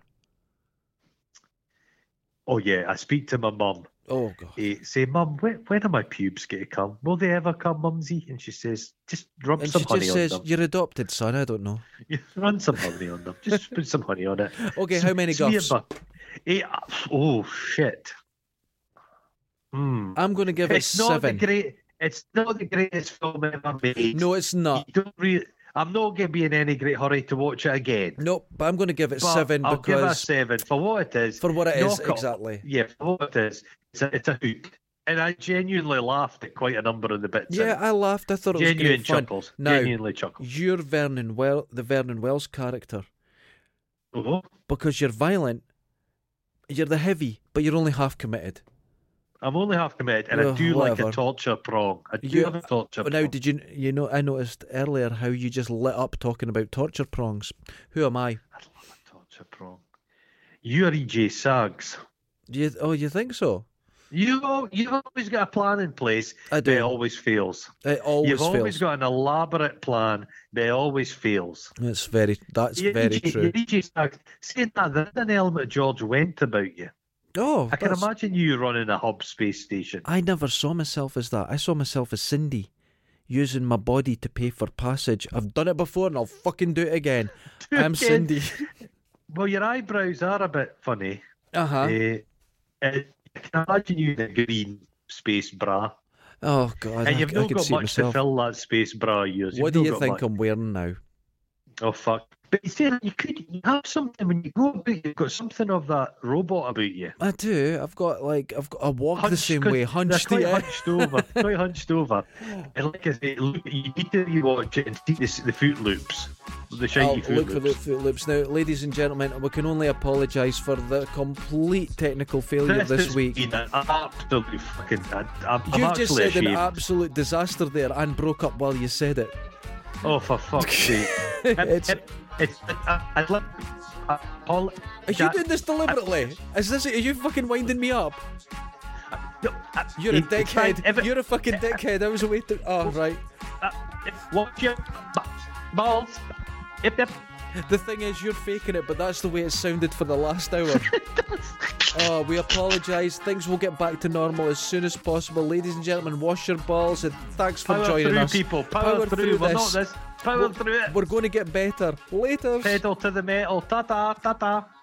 Oh yeah, I speak to my mum.
Oh god.
eh, Say, mum, when, when are my pubes going to come? Will they ever come, mumsy? And she says, just rub
And
some
she
honey
just
on
says,
them. (laughs)
"You're adopted, son." I don't know.
You run some honey on them. Just put some honey on it.
(laughs) Okay, how many
Smear
guffs?
bu- Eh, oh shit. Hmm.
I'm going to give it
It's not
seven.
the great. It's not the greatest film ever made.
No, it's not.
You don't really. I'm not going to be in any great hurry to watch it again.
Nope. But I'm going to give it
But
seven
I'll give it a
because
seven for what it is.
for what it is
knock it off.
exactly.
Yeah, for what it is, it's a, it's a hoot. And I genuinely laughed at quite a number of the bits. in
Yeah,
it.
I laughed. I thought it was
genuine
great fun.
chuckles.
Now-
Genuinely chuckles.
You're Vernon Well, the Vernon Wells character,
Oh,
because you're violent. You're the heavy, but you're only half committed.
I'm only half committed, and
Ugh,
I do like
whatever.
a torture prong. I do
You-
have a torture
But
prong.
now, did you you know? I noticed earlier how you just lit up talking about torture prongs. Who am I?
I love a torture prong. E You're E.J. Sags.
Do you? Oh, you think so?
You, al- you've always got a plan in place,
I
but it
do.
always fails.
It always
you've
fails.
always got an elaborate plan, but it always fails.
That's very. That's
You're
very
E.J.
true.
You're E.J. Sags. Saying that, there's an element of George Went about you.
Oh,
I can
that's-
imagine you running a hub space station.
I never saw myself as that. I saw myself as Cindy, using my body to pay for passage. I've done it before, and I'll fucking do it again. I'm
(laughs) Again.
Cindy. (laughs)
Well, your eyebrows are a bit funny.
Uh huh.
Eh, eh, I can imagine you in a green space bra,
Oh god.
and
I,
you've
I
not
could
got
see
much to
myself.
fill that space bra. Yours. You've
What do
not
you
got
think
much.
I'm wearing now?
Oh fuck! But you see, you could you have something when you go about. You've got something of that robot about you.
I do. I've got like I've got. I walk the
Hunched,
same
'cause
way,
they're
hunched.
quite
Yeah.
hunched over, quite hunched
(laughs)
over. And like I say, look, you need to rewatch it and see the, the foot loops, the shiny
I'll
foot
look for the
loops.
foot loops now, ladies and gentlemen. We can only apologise for the complete technical failure this,
has
week.
been an absolute fucking. I, I'm, I'm
You
actually
just said
ashamed.
an absolute disaster there and broke up while you said it.
Oh, for
(laughs)
fuck's sake.
It's-
it's, it's, I, I'd love. I, Paul,
Are you doing this deliberately? Is this? Are you fucking winding me up?
uh,
You're a dickhead. You're a fucking dickhead. I was away.
(laughs)
To, oh right.
Uh, if- watch your b- balls. Yep, yep.
The thing is, you're faking it, but that's the way it sounded for the last
(laughs)
hour. oh, we apologise. Things will get back to normal as soon as possible, ladies and gentlemen. Wash your balls and thanks for
Power
joining
through,
us.
people. Power, through. We're not this. Power
We're-
through it.
We're going to get better later.
Pedal to the metal. Ta ta ta ta.